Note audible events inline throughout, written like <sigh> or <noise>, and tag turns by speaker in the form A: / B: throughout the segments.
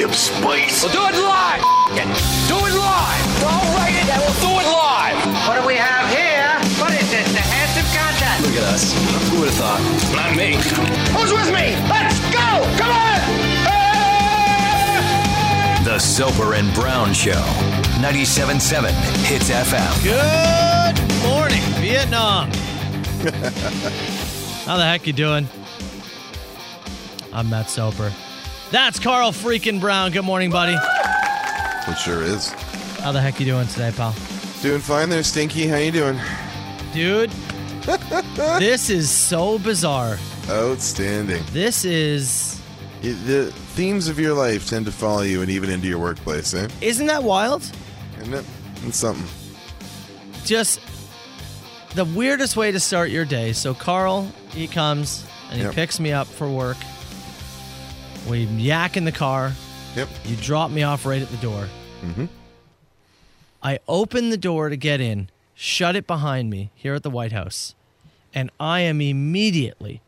A: please?
B: We'll do it live. F- it. Do it live. I'll write it and we'll do it live.
C: What do we have here? What is this? The handsome contest.
A: Look at us. Who would have thought? Not me.
B: Who's with me? Let's go. Come on.
A: The Soper and Brown Show. 97.7 Hits FM.
D: Good morning, Vietnam. How the heck you doing? I'm Matt Soper. That's Carl freaking Brown. Good morning, buddy.
E: It sure is.
D: How the heck you doing today, pal?
E: Doing fine there, Stinky. How you doing?
D: Dude, this is so bizarre.
E: Outstanding.
D: This is
E: You- the themes of your life tend to follow you and even into your workplace, eh?
D: isn't that wild?
E: Isn't it? It's something.
D: Just the weirdest way to start your day. So Carl, he comes and he
E: Yep.
D: picks me up for work. We yak in the car.
E: Yep.
D: You drop me off right at the door. Mm-hmm. I open the door to get in, shut it behind me here at the White House, and I am immediately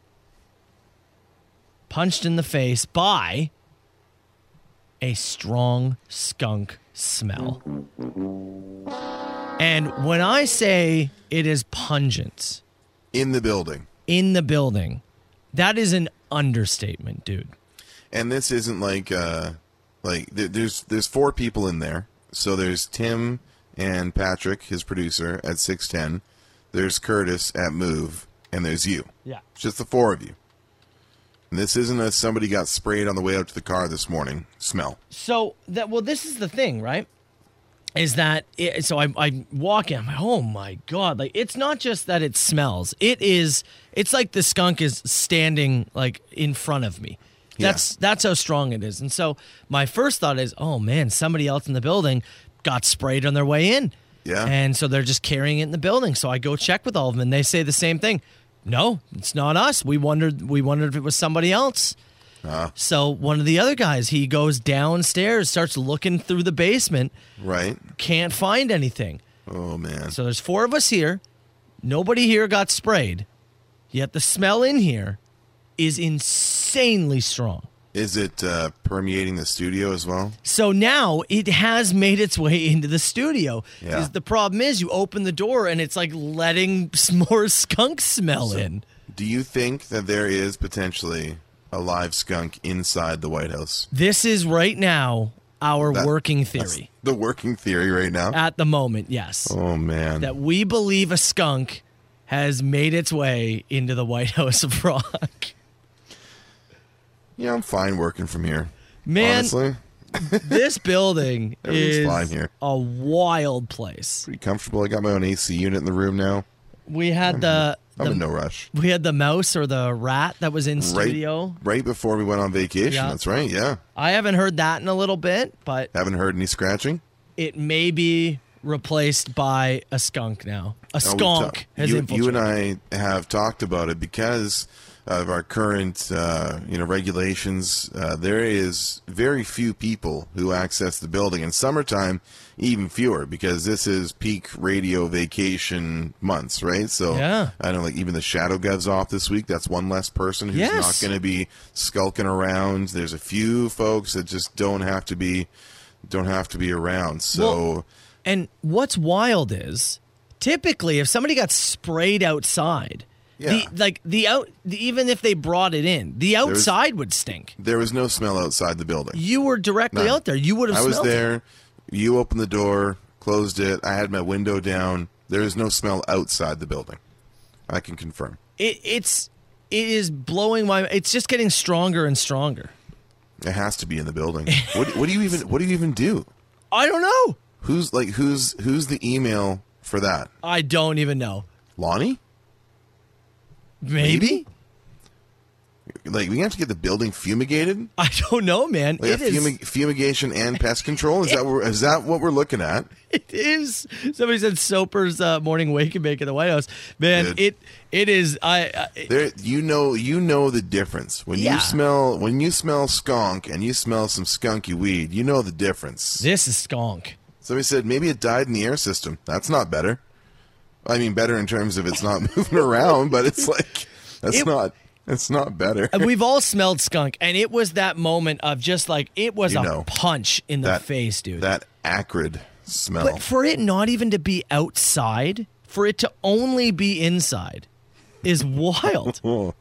D: punched in the face by a strong skunk smell. And when I say it is pungent
E: In the building.
D: in the building, that is an understatement, dude.
E: And this isn't like uh like th- there's there's four people in there. So there's Tim and Patrick, his producer at 610. There's Curtis at Move, and there's you.
D: Yeah.
E: It's just the four of you. And this isn't a somebody got sprayed on the way out to the car this morning smell.
D: So that well, this is the thing, right? Is that it, so? I, I walk in. I'm like, oh my god! Like it's not just that it smells. It is. It's like the skunk is standing like in front of me.
E: Yeah.
D: That's that's how strong it is. And so my first thought is, oh man, somebody else in the building got sprayed on their way in.
E: Yeah.
D: And so they're just carrying it in the building. So I go check with all of them, and they say the same thing. No, it's not us. We wondered. We wondered if it was somebody else. So one of the other guys, he goes downstairs, starts looking through the basement,
E: Right?
D: can't find anything.
E: Oh man.
D: So there's four of us here. Nobody here got sprayed. Yet the smell in here is insanely strong.
E: Is it uh, permeating the studio as well?
D: So now it has made its way into the studio.
E: Yeah.
D: 'Cause The problem is you open the door and it's like letting more <laughs> skunk smell in.
E: Do you think that there is potentially a live skunk inside the White House?
D: This is right now our
E: That-
D: working
E: That's
D: theory
E: the working theory right now.
D: at the moment. Yes.
E: oh man.
D: Uh, that we believe a skunk has made its way into the White <laughs> House of Rock.
E: yeah, I'm fine working from here.
D: Man,
E: Honestly,
D: this building
E: <laughs> Everything's
D: is
E: fine here.
D: a wild place.
E: pretty comfortable. I got my own AC unit in the room now.
D: We had the,
E: I'm
D: the-
E: in no rush.
D: we had the mouse or the rat that was in studio.
E: Right, right before we went on vacation.
D: Yeah.
E: That's right. Yeah.
D: I haven't heard that in a little bit, but
E: Haven't heard any scratching.
D: it may be replaced by a skunk now. A
E: Now, we've
D: skunk
E: ta-
D: has
E: Oh, you, you
D: infiltrated.
E: and I have talked about it because of our current, uh, you know, regulations. Uh, there is very few people who access the building in summertime, even fewer because this is peak radio vacation months, right? So
D: Yeah.
E: I know, like even the shadow gov's off this week. That's one less person who's
D: Yes.
E: not going to be skulking around. There's a few folks that just don't have to be, don't have to be around. So.
D: Well, And what's wild is typically if somebody got sprayed outside,
E: Yeah.
D: the like the out the, even if they brought it in, the outside would stink.
E: there was no smell outside the building.
D: You were directly
E: None.
D: out there. You would have
E: I was
D: smelled it.
E: there. You opened the door, closed it. I had my window down. There is no smell outside the building. I can confirm.
D: It it's it is blowing my it's just getting stronger and stronger.
E: It has to be in the
D: <laughs>
E: building. what, what do you even? What do you even do?
D: I don't know.
E: Who's like who's who's the email for that?
D: I don't even know.
E: Lonnie?
D: Maybe?
E: Like we have to get the building fumigated?
D: <laughs> I don't know, man.
E: Like
D: It
E: a
D: is-
E: fumig- fumigation and pest control? Is that what, is that what we're looking at?
D: <laughs> It is. Somebody said Soper's uh, morning wake and bake at the White House. Man,
E: Dude.
D: it it is. I, I
E: There, you know, you know the difference when
D: Yeah.
E: you smell when you smell skunk and you smell some skunky weed. You know the difference.
D: this is skunk.
E: Somebody said maybe it died in the air system. That's not <laughs> better. I mean, better in terms of it's not moving around, but it's like that's
D: It-
E: not. It's not better.
D: And we've all smelled skunk, and it was that moment of just like it was
E: You
D: a
E: know,
D: punch in the
E: that
D: face, dude.
E: That acrid smell.
D: but for it not even to be outside, for it to only be inside, is
E: <laughs>
D: wild.
E: Well,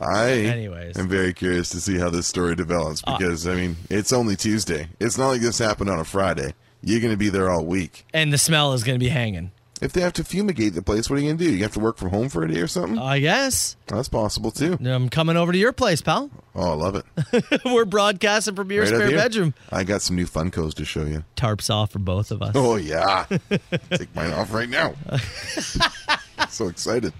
E: I
D: Anyways. Ah.
E: am very curious to see how this story develops because I mean it's only Tuesday. It's not like this happened on a Friday. You're going to be there all week.
D: and the smell is going to be hanging.
E: If they have to fumigate the place, what are you going to do? You have to work from home for a day or something?
D: I guess
E: That's possible too.
D: I'm coming over to your place, pal. <laughs>
E: Oh, I love it.
D: We're broadcasting from your
E: Right up
D: spare
E: here.
D: bedroom.
E: I got some new Funkos to show you.
D: Tarps off for both
E: <laughs>
D: of us.
E: Oh yeah, take mine off right now. <laughs> so excited.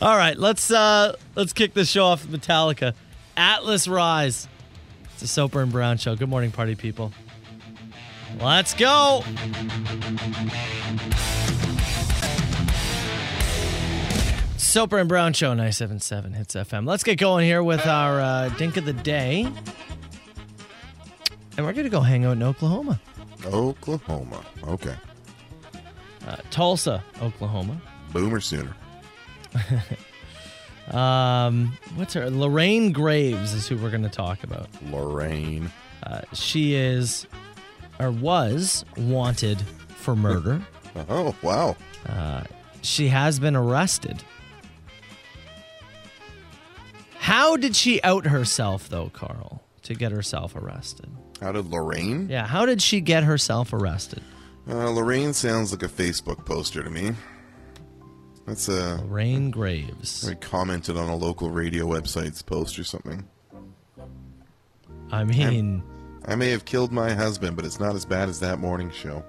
D: All right, let's uh let's kick this show off with Metallica. Atlas Rise. It's a Soper and Brown show. Good morning, party people. Let's go. Soper and Brown Show 977 Hits FM. Let's get going here with our uh, Dink of the Day. And we're going to go hang out in Oklahoma.
E: Oklahoma. Okay,
D: Uh, Tulsa, Oklahoma.
E: boomer sooner.
D: Um, what's her? Lorraine Graves is who we're going to talk about.
E: Lorraine.
D: She is, or was, wanted for murder.
E: Oh wow.
D: She has been arrested. How did she out herself, though, Carl, to get herself arrested?
E: How did Lorraine?
D: Yeah, how did she get herself arrested?
E: Uh, Lorraine sounds like a Facebook poster to me. That's a
D: Lorraine Graves.
E: I commented on a local radio website's post or something.
D: I mean,
E: I may have killed my husband, but it's not as bad as that morning show.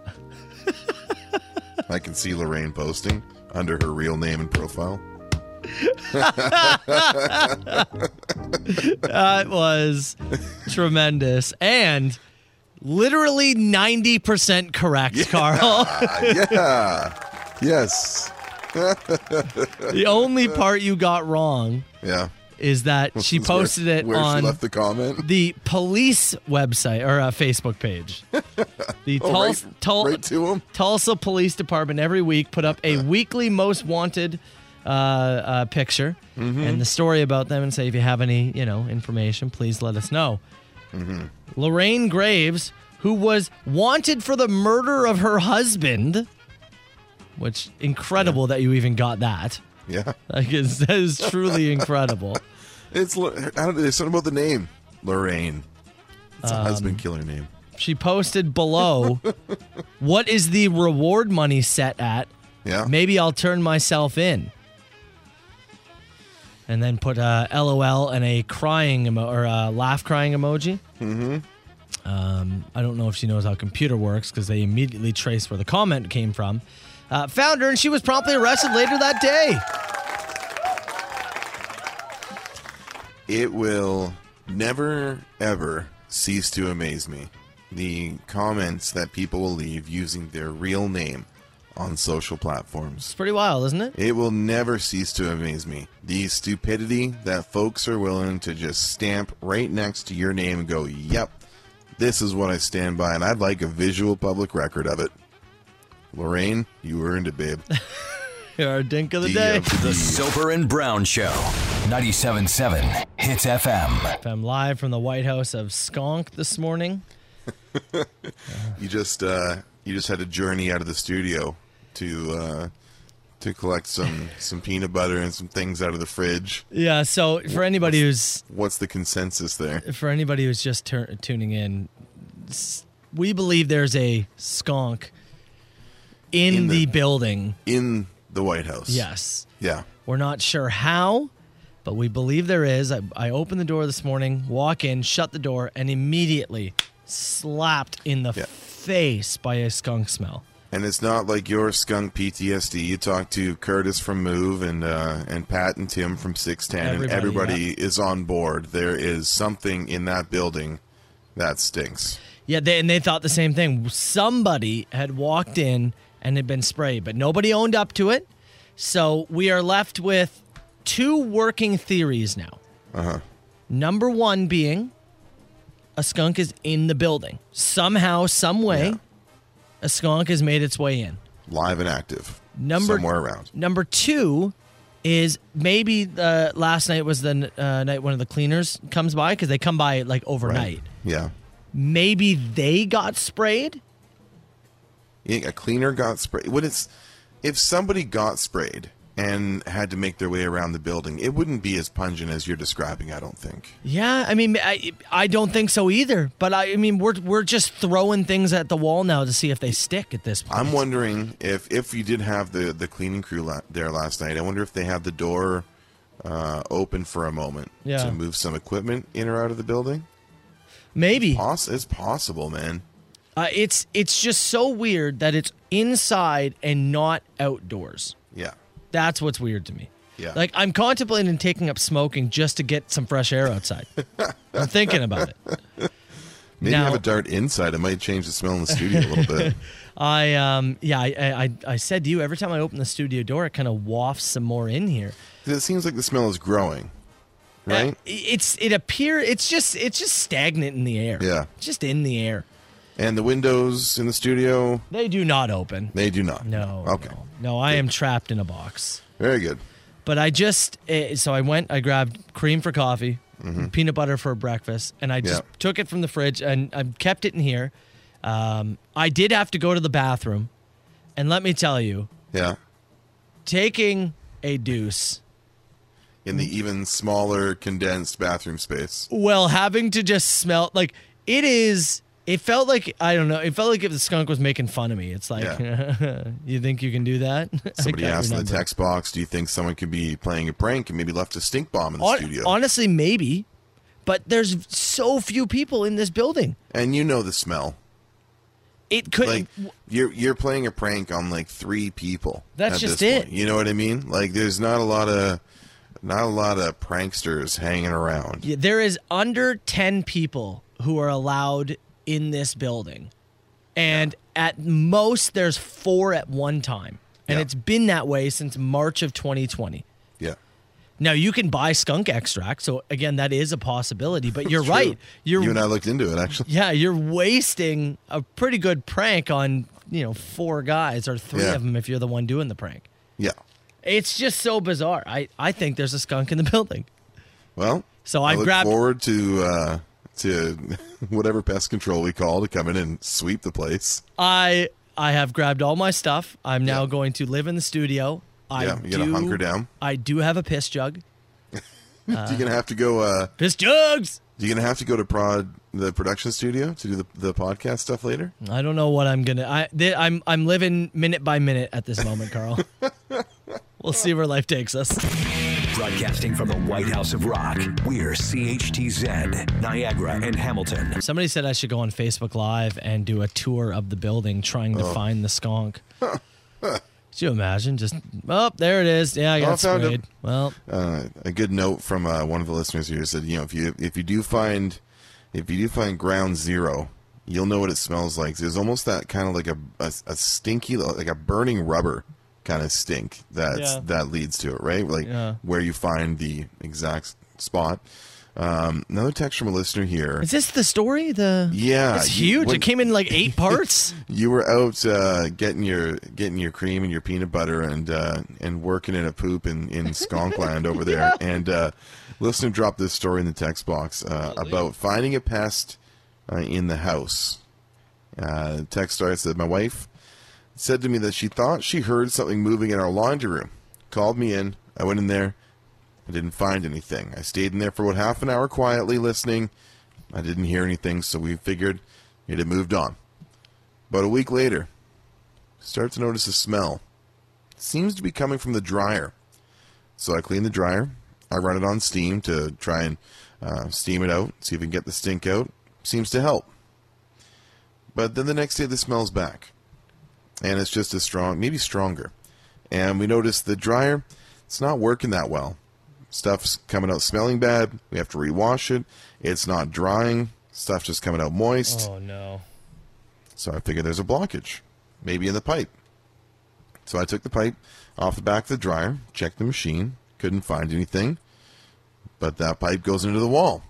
E: I can see Lorraine posting under her real name and profile. <laughs>
D: that
E: <laughs>
D: was tremendous. And literally 90% correct, Carl.
E: <laughs> Yeah. Yes.
D: the only part you got wrong
E: Yeah.
D: is that she
E: This is where-
D: posted it
E: where
D: on
E: she left the comment.
D: the police website or uh, Facebook page. The
E: <laughs> Oh,
D: Tuls-
E: right-
D: Tul-
E: right to 'em.
D: Tulsa Police Department every week put up
E: <laughs>
D: a weekly most wanted uh, uh, picture
E: Mm-hmm.
D: and the story about them and say if you have any you know information, please let us know.
E: Mm-hmm.
D: Lorraine Graves, who was wanted for the murder of her husband, which incredible that you even got that.
E: Yeah.
D: Like it's, that is
E: <laughs>
D: truly incredible.
E: It's Lo- I don't know, there's something about the name. Lorraine. It's
D: Um,
E: a husband killer name.
D: She posted below, "What is the reward money set at?
E: Yeah.
D: Maybe I'll turn myself in." And then put uh, a LOL and a crying emo- or a laugh crying emoji. Mm-hmm. Um, I don't know if she knows how computer works because they immediately traced where the comment came from. Uh, found her and she was promptly arrested later that day.
E: it will never ever cease to amaze me the comments that people will leave using their real name on social platforms
D: It's pretty wild, isn't it?
E: it will never cease to amaze me the stupidity that folks are willing to just stamp right next to your name and go yep this is what i stand by and i'd like a visual public record of it lorraine you earned it babe
D: Here, our dink of the
E: The,
D: day.
E: uh,
A: The Sober and Brown Show. 97.7 Hits FM.
D: I'm live from the White House of Skunk this morning.
E: You just uh, you just had a journey out of the studio to uh, to collect some some peanut butter and some things out of the fridge.
D: Yeah, so for anybody who's
E: What's the consensus there?
D: for anybody who's just tur- tuning in, s- we believe there's a skunk in,
E: In
D: the,
E: the-
D: building.
E: In the White House.
D: Yes.
E: Yeah.
D: We're not sure how, but we believe there is. I, I opened the door this morning, walk in, shut the door, and immediately slapped in the
E: Yeah.
D: face by a skunk smell.
E: And it's not like your skunk PTSD. You talk to Curtis from Move and uh, and Pat and Tim from Six Ten, and
D: Everybody,
E: everybody is on board. There is something in that building that stinks.
D: Yeah, they, and they thought the same thing. Somebody had walked in and had been sprayed, but nobody owned up to it. So we are left with two working theories now. Uh-huh. Number one being a skunk is in the building. Somehow, some way,
E: Yeah.
D: a skunk has made its way in.
E: Live and active.
D: Number
E: somewhere around.
D: Number two, is maybe uh, last night was the n- uh, night one of the cleaners comes by because they come by like overnight.
E: Yeah.
D: Maybe they got sprayed.
E: Yeah, a cleaner got sprayed. When it's if somebody got sprayed and had to make their way around the building, it wouldn't be as pungent as you're describing. I don't think.
D: Yeah, I mean, I, I don't think so either. But I, I mean, we're we're just throwing things at the wall now to see if they stick at this point.
E: I'm wondering if if you did have the the cleaning crew la- there last night. I wonder if they had the door uh, open for a moment
D: Yeah.
E: to move some equipment in or out of the building.
D: Maybe
E: Poss- it's possible, man.
D: uh, it's it's just so weird that it's inside and not outdoors.
E: Yeah.
D: That's what's weird to me.
E: Yeah.
D: Like I'm contemplating taking up smoking just to get some fresh air
E: <laughs>
D: outside. I'm thinking about it.
E: Maybe
D: Now-
E: have a dart inside. It might change the smell in the studio a
D: <laughs>
E: little bit.
D: I um yeah I I, I- I said to you every time I open the studio door it kind of wafts some more in here.
E: 'Cause It seems like the smell is growing, right?
D: Uh, it's it appear it's just it's just stagnant in the air.
E: Yeah.
D: Just in the air.
E: and the windows in the studio,
D: They do not open.
E: they do not.
D: No.
E: Okay.
D: No, No, I am trapped in a box.
E: Very good.
D: But I just eh, so I went. I grabbed cream for coffee, peanut butter for breakfast, and I just
E: Mm-hmm. Yeah.
D: took it from the fridge and I kept it in here. Um, I did have to go to the bathroom, and let me tell you,
E: Yeah.
D: taking a deuce,
E: In the even smaller condensed bathroom space.
D: well, having to just smell like it is. It felt like I don't know. It felt like if the skunk was making fun of me. It's like, <laughs> you think you can do that? <laughs> I
E: Somebody
D: got your
E: asked in the
D: number.
E: text box, "Do you think someone could be playing a prank and maybe left a stink bomb in the
D: Hon-
E: studio?"
D: honestly, maybe, but there's so few people in this building.
E: and you know the smell.
D: It could.
E: Like you're you're playing a prank on like three people.
D: That's
E: at
D: just
E: this
D: it.
E: point. You know what I mean? Like there's not a lot of not a lot of pranksters hanging around.
D: Yeah, there is under 10 people who are allowed in this building. And at most, there's four at one time. And
E: Yeah.
D: it's been that way since March of 2020.
E: Yeah.
D: Now, you can buy skunk extract. So, again, that is a possibility. But you're right. You're,
E: You and I looked into it actually.
D: yeah, you're wasting a pretty good prank on, you know, four guys or three
E: Yeah.
D: of them if you're the one doing the prank.
E: Yeah.
D: It's just so bizarre. I, I think there's a skunk in the <laughs> building.
E: Well,
D: So I
E: look
D: grabbed-
E: forward to uh, to <laughs> whatever pest control we call to come in and sweep the place.
D: I I have grabbed all my stuff. I'm now
E: Yeah.
D: going to live in the studio. I
E: Yeah, you
D: do,
E: gotta hunker down.
D: I do have a piss jug. Uh-huh.
E: you're gonna have to go. Uh,
D: Piss jugs.
E: you're gonna have to go to prod the production studio to do the, the podcast stuff later.
D: I don't know what I'm gonna. I th- I'm I'm living minute by minute at this moment,
E: <laughs>
D: Carl. we'll see where life takes us.
A: Broadcasting from the White House of Rock, we're CHTZ, Niagara, and Hamilton.
D: Somebody said I should go on Facebook Live and do a tour of the building, trying to find the skunk. Oh. <laughs> Could you imagine? Just oh, there it is. Yeah, I got
E: I found him.
D: sprayed. Well,
E: Uh, a good note from uh, one of the listeners here said, you know, if you if you do find if you do find ground zero, you'll know what it smells like. There's almost that kind of like a, a a stinky like a burning rubber kind of stink that
D: Yeah.
E: that leads to it, right? Like
D: Yeah.
E: where you find the exact spot. Um, another text from a listener here.
D: is this the story? The
E: Yeah,
D: it's
E: you-
D: huge.
E: when-
D: it came in like <laughs> eight parts.
E: You were out uh, getting your getting your cream and your peanut butter and uh, and working in a poop in in Skonkland over there. And uh, listener dropped this story in the text box uh, about finding a pest uh, in the house. Uh, the text starts that my wife said to me that she thought she heard something moving in our laundry room. Called me in. I went in there. I didn't find anything. I stayed in there for about half an hour quietly listening. I didn't hear anything, so we figured it had moved on. About a week later, start to notice a smell. It seems to be coming from the dryer. So I clean the dryer. I run it on steam to try and uh, steam it out, see if we can get the stink out. Seems to help. But then the next day, the smell's back. And it's just as strong, maybe stronger. And we notice the dryer, it's not working that well. Stuff's coming out smelling bad. We have to rewash it. It's not drying. Stuff's just coming out moist.
D: Oh no.
E: So I figured there's a blockage, maybe in the pipe. So I took the pipe off the back of the dryer, checked the machine, couldn't find anything, but that pipe goes into the wall.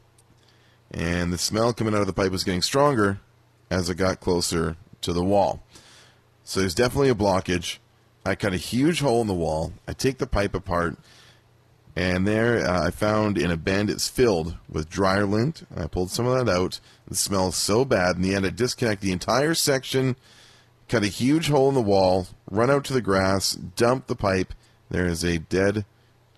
E: And the smell coming out of the pipe was getting stronger as it got closer to the wall. So there's definitely a blockage. I cut a huge hole in the wall. I take the pipe apart, And there uh, I found an abandon that's filled with dryer lint. I pulled some of that out. It smells so bad. In the end, I disconnect the entire section, cut a huge hole in the wall, run out to the grass, dump the pipe. There is a dead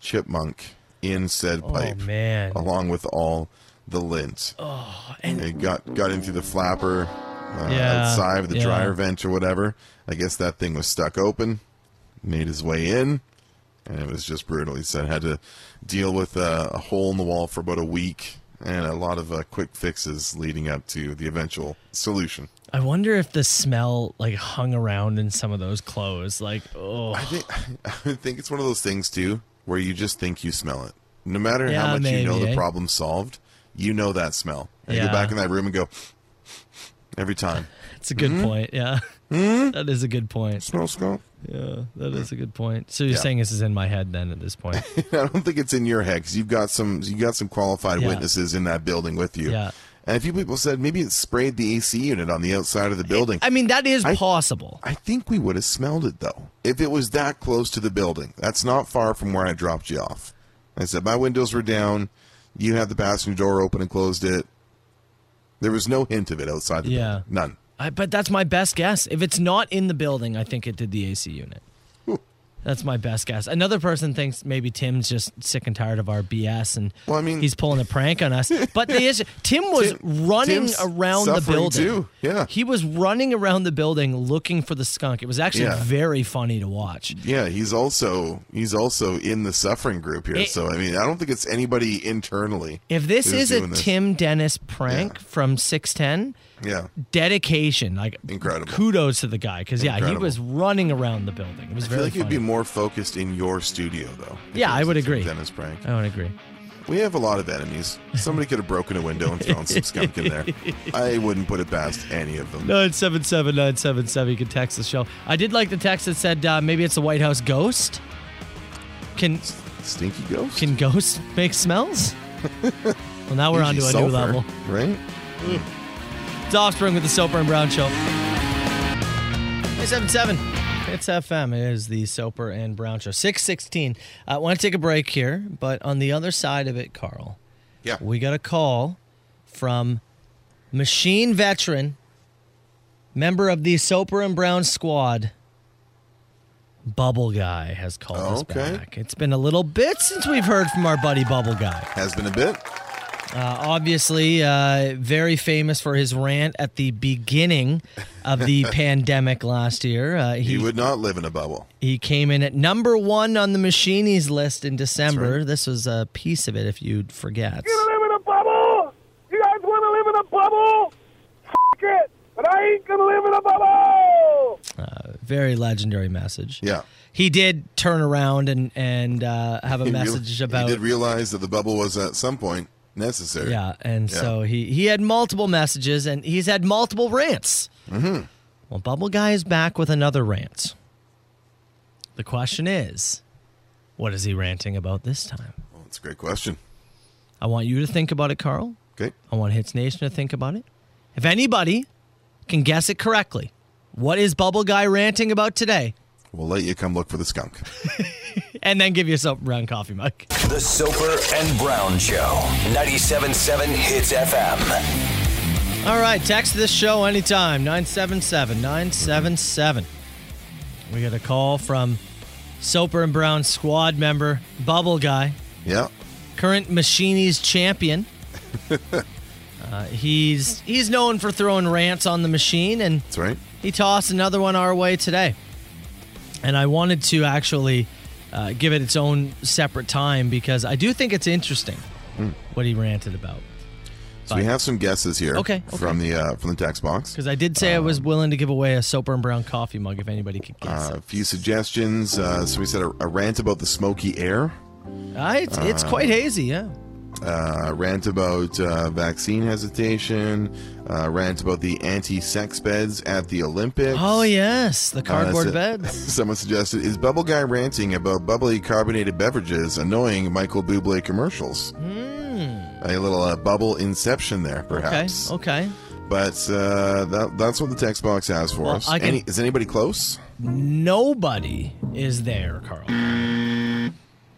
E: chipmunk in said pipe,
D: Oh, man. Oh,
E: along with all the lint.
D: and-
E: it got got in through the flapper uh,
D: Yeah,
E: outside of the
D: yeah.
E: dryer vent or whatever. I guess that thing was stuck open, made his way in, and it was just brutal. He said had to deal with uh, a hole in the wall for about a week and a lot of uh, quick fixes leading up to the eventual solution.
D: I wonder if the smell like hung around in some of those clothes. Like, oh,
E: I think <laughs> I think it's one of those things too where you just think you smell it, no matter
D: Yeah,
E: how much you know
D: maybe,
E: the
D: eh?
E: problem solved. You know that smell. And You
D: Yeah.
E: go back in that room and go every time.
D: it's a good point. Yeah, <laughs> that is a good point.
E: Smell, smell.
D: Yeah, that is a good point. So you're
E: Yeah.
D: saying this is in my head then at this <laughs> point?
E: <laughs> I don't think it's in your head because you've got some you got some qualified
D: Yeah.
E: witnesses in that building with you.
D: Yeah.
E: And a few people said maybe it sprayed the AC unit on the outside of the building.
D: I mean, that is
E: I-
D: possible.
E: I think we would have smelled it though if it was that close to the building. That's not far from where I dropped you off. I said my windows were down. You had the passenger door open and closed it. There was no hint of it outside. The
D: Yeah.
E: building. none.
D: I, but that's my best guess. If it's not in the building, I think it did the AC unit. That's my best guess. Another person thinks maybe Tim's just sick and tired of our BS and
E: Well, I mean-
D: he's pulling a prank on us. But the
E: <laughs>
D: issue, Tim was
E: Tim-
D: running
E: Tim's
D: around the
E: suffering
D: building.
E: too. Yeah.
D: He was running around the building looking for the skunk. It was actually
E: Yeah.
D: very funny to watch.
E: Yeah, he's also he's also in the suffering group here.
D: It-
E: so I mean, I don't think it's anybody internally.
D: If this
E: who's
D: is a
E: doing this.
D: Tim Dennis prank from 610,
E: yeah,
D: dedication. Like
E: Incredible.
D: Kudos to the guy because yeah,
E: Incredible.
D: he was running around the building. It was
E: I feel
D: very
E: like you'd
D: funny.
E: be more focused in your studio, though. if
D: Yeah,
E: it
D: I
E: was
D: would
E: a Tim
D: agree.
E: Dennis prank.
D: I would agree.
E: We have a lot of enemies. Somebody could have broken a window and thrown some skunk in
D: <laughs>
E: there. I wouldn't put it past any of them.
D: Nine seven seven nine seven seven. You can text the show. I did like the text that said uh, maybe it's a White House ghost. Can
E: Stinky ghost.
D: can ghosts make smells? well, now we're on to a
E: Usually
D: new
E: sulfur,
D: level.
E: right?
D: It's Offspring with the Soper and Brown Show. Hey, seven seven. It's FM. It is the Soper and Brown Show. Six sixteen. I want to take a break here, but on the other side of it, Carl.
E: Yeah.
D: we got a call from machine veteran, member of the Soper and Brown squad. Bubble Guy has called
E: Oh,
D: us
E: okay.
D: back. It's been a little bit since we've heard from our buddy Bubble Guy.
E: Has been a bit.
D: Uh, obviously, uh, very famous for his rant at the beginning of
E: <laughs>
D: the pandemic last year. Uh,
E: He
D: he
E: would not live in a bubble.
D: he came in at number one on the Machinies list in December. This was a piece of it, if you'd forget.
F: live in a bubble? You guys want to live in a bubble? F- it. But I ain't going to live in a bubble.
D: Very legendary message.
E: Yeah.
D: He did turn around and and uh, have a
E: <laughs> He real-
D: message about
E: He did realize that the bubble was at some point necessary.
D: yeah, and
E: Yeah.
D: so he he had multiple messages and he's had multiple rants. Mm-hmm. Well, Bubble Guy is back with another rant. The question is, what is he ranting about this time?
E: Well, that's a great question.
D: I want you to think about it, Carl.
E: Okay.
D: I want Hits Nation to think about it. If anybody can guess it correctly, what is Bubble Guy ranting about today?
E: We'll let you come look for the skunk.
D: And then give yourself a brown coffee mug.
B: The Soper and Brown Show. 97.7 Hits FM.
D: All right, text this show anytime 977 977. We got a call from Soper and Brown squad member Bubble Guy,
E: Yeah.
D: current Machinies champion. uh, he's he's known for throwing rants on the machine, and
E: That's right.
D: he tossed another one our way today. And I wanted to actually uh, give it its own separate time because I do think it's interesting what he ranted about.
E: So we have some guesses here.
D: Okay, okay.
E: From the uh, from the text box.
D: Because I did say I was
E: Um,
D: willing to give away a Soper and Brown coffee mug if anybody could guess
E: Uh,
D: it.
E: a few suggestions. Uh, so we said a, a rant about the smoky air.
D: Ah, it's, it's quite hazy, yeah.
E: uh, rant about uh, vaccine hesitation, uh, rant about the anti-sex beds at the Olympics.
D: Oh, yes, the
E: Uh,
D: cardboard
E: so-
D: beds.
E: <laughs> Someone suggested is Bubble Guy ranting about bubbly carbonated beverages annoying Michael Bublé commercials. A little uh, bubble inception there,
D: Hmm. Okay,
E: perhaps.
D: okay.
E: But uh, that, that's what the text box has for
D: Well,
E: us.
D: I can-
E: Any, is anybody close?
D: Nobody is there, Carl.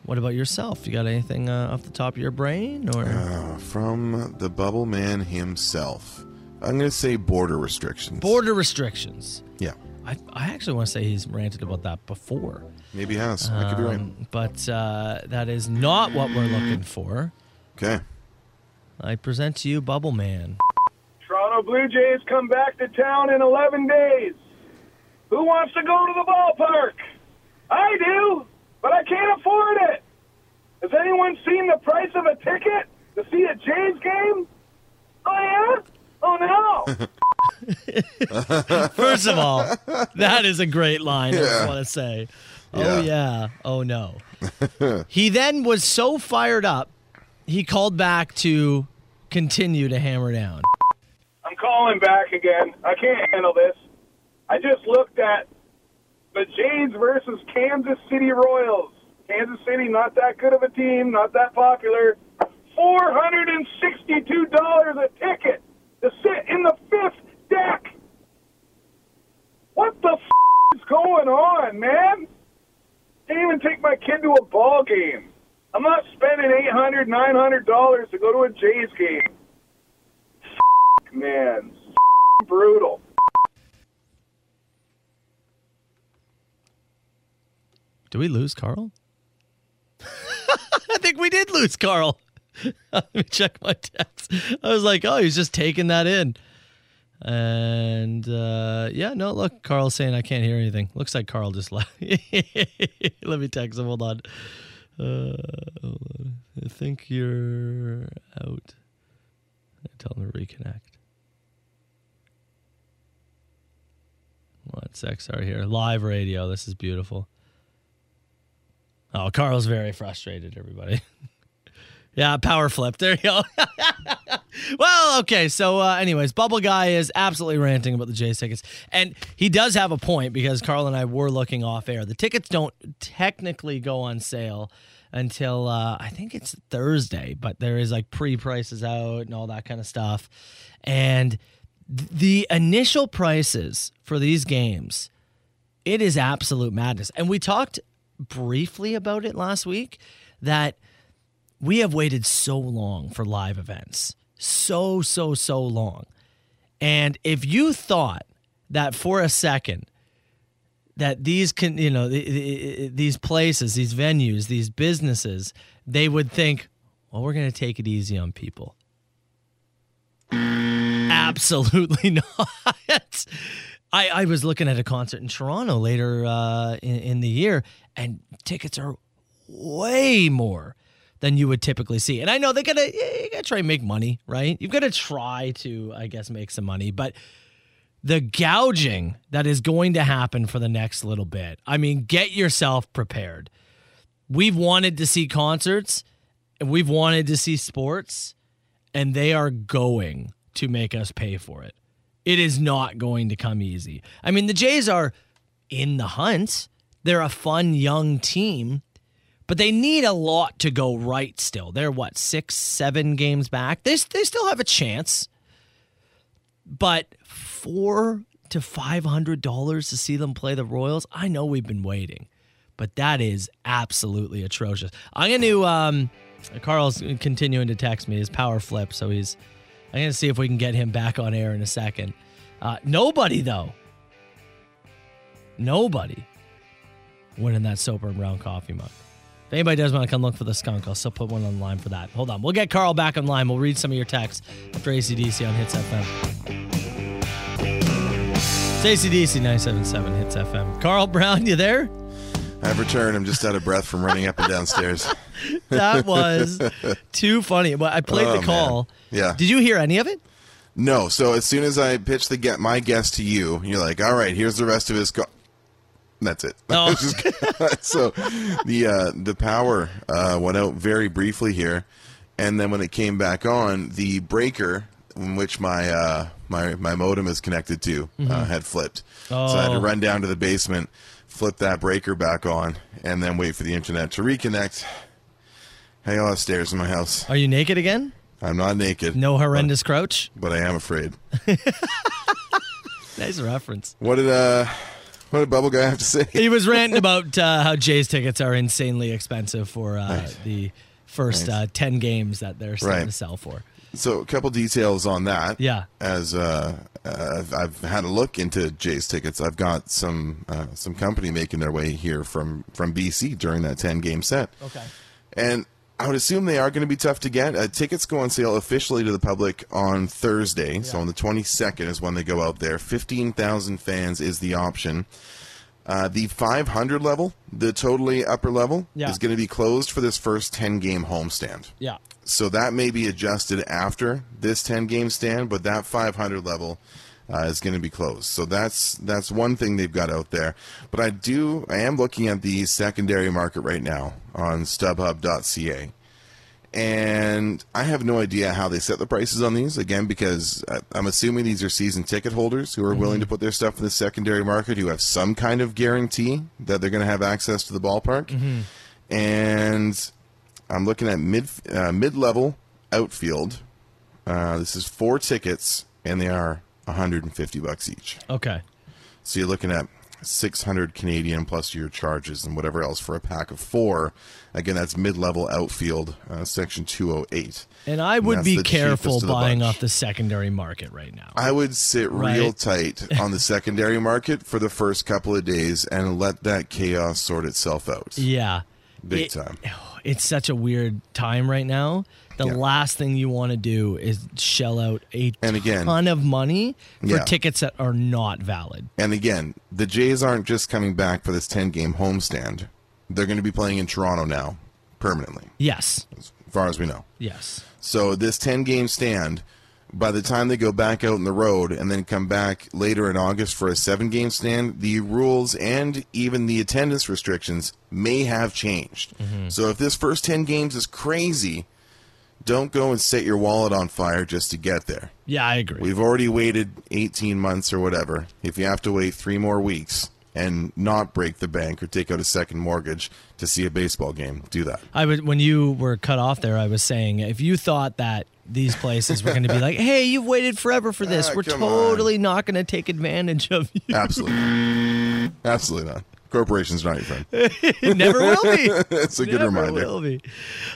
D: What about yourself? You got anything uh, off the top of your brain, or
E: Uh, from the bubble man himself. I'm going to say border restrictions.
D: border restrictions?
E: Yeah.
D: I, I actually want to say he's ranted about that before,
E: Maybe has. I could be right.
D: Um, but uh, that is not what we're looking for.
E: Okay.
D: I present to you Bubble Man.
F: Toronto Blue Jays come back to town in 11 days. Who wants to go to the ballpark? I do, but I can't afford it. Has anyone seen the price of a ticket to see a Jays game? Oh, yeah? Oh, no.
D: <laughs> First of all, that is a great line. I
E: Yeah.
D: just want to say, oh
E: Yeah.
D: yeah, oh no. he then was so fired up, he called back to continue to hammer down.
F: I'm calling back again. I can't handle this. I just looked at the Jays versus Kansas City Royals. Kansas City, not that good of a team, not that popular. $462 a ticket to sit in the fifth deck. What the f- is going on, man? Can't even take my kid to a ball game. I'm not spending $800, $900 to go to a Jays game man. <laughs> Brutal.
D: Do we lose Carl? <laughs> I think we did lose Carl. <laughs> Let me check my text. I was like, oh, he's just taking that in. And uh, yeah, no, look, Carl's saying I can't hear anything. Looks like Carl just <laughs> left. Let me text him. Hold on. Uh, hold on. I think you're out. Tell him to reconnect. One sec, sorry here. Live radio. This is beautiful. Oh, Carl's very frustrated, everybody. <laughs> yeah, power flip. There you go. <laughs> well, okay. So, uh, anyways, Bubble Guy is absolutely ranting about the Jays tickets. And he does have a point because Carl and I were looking off air. The tickets don't technically go on sale until uh, I think it's Thursday, but there is like pre prices out and all that kind of stuff. And th- the initial prices for these games it is absolute madness. And we talked briefly about it last week that we have waited so long for live events. So, so, so long. And if you thought that for a second that these can, you know, th- th- these places, these venues, these businesses, they would think, well, we're going to take it easy on people. Absolutely <laughs> not. I, I was looking at a concert in Toronto later uh, in, in the year, and tickets are way more than you would typically see. And I know they gotta you gotta try and make money, right? You've got to try to, I guess, make some money, but the gouging that is going to happen for the next little bit. I mean, get yourself prepared. We've wanted to see concerts and we've wanted to see sports, and they are going to make us pay for it. It is not going to come easy. I mean, the Jays are in the hunt. They're a fun young team, but they need a lot to go right still. They're what, six, seven games back? They, they still have a chance. But four to five hundred dollars to see them play the Royals, I know we've been waiting. But that is absolutely atrocious. I'm gonna um Carl's continuing to text me. His power flip, so he's I'm gonna see if we can get him back on air in a second. Uh, nobody though. Nobody winning that sober and brown coffee mug. If anybody does want to come look for the skunk, I'll still put one on line for that. Hold on, we'll get Carl back on line. We'll read some of your texts after ACDC on Hits FM. It's ACDC 977 Hits FM. Carl Brown, you there?
E: I've returned. I'm just out of breath from running up and downstairs.
D: That
E: <laughs>
D: was too funny. Well, I played
E: Oh,
D: the
E: man.
D: call.
E: Yeah.
D: Did you hear any
E: <laughs>
D: of it?
E: No. So as soon as I pitch the get my guess to you, you're like, all right, here's the rest of his. Co-. And That's it. <laughs>
D: Oh.
E: It's just- so the uh, the power uh, went out very briefly here, and then when it came back on, the breaker in which my uh, my my modem is connected to uh, had flipped. So I had to
D: Oh.
E: run down to the basement, flip that breaker back on, and then wait for the internet to reconnect. I go upstairs in my house.
D: Are you naked again?
E: I'm not naked.
D: No horrendous crouch.
E: but I am afraid.
D: Nice reference.
E: What did uh What did Bubble Guy have to say?
D: <laughs> He was ranting about uh, how Jays tickets are insanely expensive for uh, the first uh, 10 games that they're starting
E: Right.
D: to sell for.
E: So a couple details on that.
D: Yeah.
E: As uh, uh, I've, I've had a look into Jay's tickets, I've got some uh, some company making their way here from from BC during that ten game set.
D: Okay.
E: And I would assume they are going to be tough to get. Uh, tickets go on sale officially to the public on Thursday. So on the 22nd is when they go out there. 15,000 fans is the option. Uh, the 500 level, the totally upper level,
D: Yeah.
E: is going to be closed for this first 10 game homestand.
D: Yeah.
E: So that may be adjusted after this 10 game stand, but that 500 level uh, is going to be closed. So that's that's one thing they've got out there. But I do I am looking at the secondary market right now on StubHub.ca, and I have no idea how they set the prices on these again because I- I'm assuming these are season ticket holders who are willing to put their stuff in the secondary market who have some kind of guarantee that they're going to have access to the ballpark, and I'm looking at mid uh, mid level outfield. Uh, this is four tickets, and they are 150 bucks each.
D: Okay.
E: So you're looking at 600 Canadian plus your charges and whatever else for a pack of four. Again, that's mid level outfield, uh, section 208.
D: And I would
E: that's
D: be
E: the cheapest
D: careful
E: of the
D: buying
E: bunch.
D: off the secondary market right now.
E: I would sit real
D: Right.
E: tight on the secondary market for the first couple of days and let that chaos sort itself out.
D: yeah.
E: Big
D: It-
E: time.
D: <sighs> It's such a weird time right now. The
E: Yeah.
D: last thing you want to do is shell out a
E: And again-
D: ton of money for
E: Yeah.
D: tickets that are not valid.
E: And again, the Jays aren't just coming back for this 10 game homestand. They're going to be playing in Toronto now, permanently,
D: Yes.
E: as far as we know.
D: Yes.
E: So, this 10 game stand, by the time they go back out on the road and then come back later in August for a seven game stand, the rules and even the attendance restrictions may have changed. So, if this first 10 games is crazy, don't go and set your wallet on fire just to get there.
D: Yeah, I agree.
E: We've already waited 18 months or whatever. If you have to wait three more weeks and not break the bank or take out a second mortgage to see a baseball game,
D: <laughs>
E: do that.
D: I would when you were cut off there. I was saying if you thought that these places were going to be like, "Hey, you've waited forever for this.
E: Ah,
D: we're
E: come
D: totally not going to take advantage of
E: <laughs>
D: you.
E: Absolutely. Absolutely not. Corporations are not your friend. <laughs>
D: It never will be.
E: That's a good
D: Never
E: reminder.
D: will be.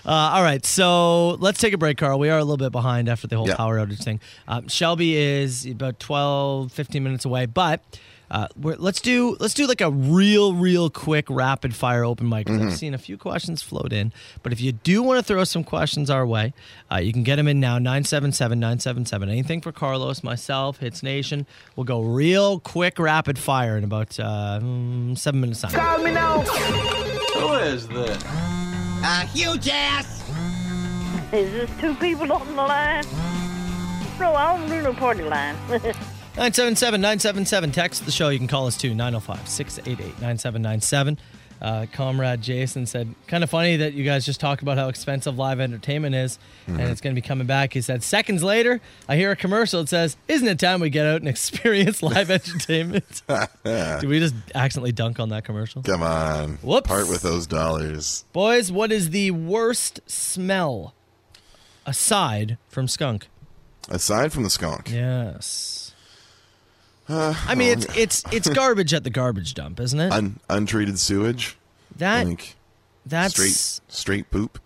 D: Uh, all right, so let's take a break, Carl. We are a little bit behind after the whole
E: Yeah.
D: power outage thing. Um, Shelby is about 12, 15 minutes away, but. Uh, we're, let's do let's do like a real real quick rapid fire open mic.
E: Mm-hmm.
D: 'cause I've seen a few questions float in, but if you do want to throw some questions our way, uh, you can get them in now 977-977. Anything for Carlos, myself, Hits Nation. We'll go real quick rapid fire in about uh, mm, seven minutes time.
G: Is this two people on the line? No, I don't do no party line. <laughs>
D: 977 977. Text the show. You can call us too, 905 688 9797. Uh, Comrade Jason said, kind of funny that you guys just talked about how expensive live entertainment is and it's going to be coming back. He said, seconds later, I hear a commercial that says, Isn't it time we get out and <laughs> experience live entertainment? Did we just accidentally dunk on that commercial?
E: Come on.
D: Whoops.
E: Part with those dollars.
D: Boys, what is the worst smell aside from skunk?
E: Aside from the skunk.
D: Yes.
E: Uh,
D: I mean,
E: um,
D: it's it's
E: <laughs>
D: it's garbage at the garbage dump, isn't it?
E: Un- untreated sewage. I
D: that
E: think
D: that's
E: straight straight poop.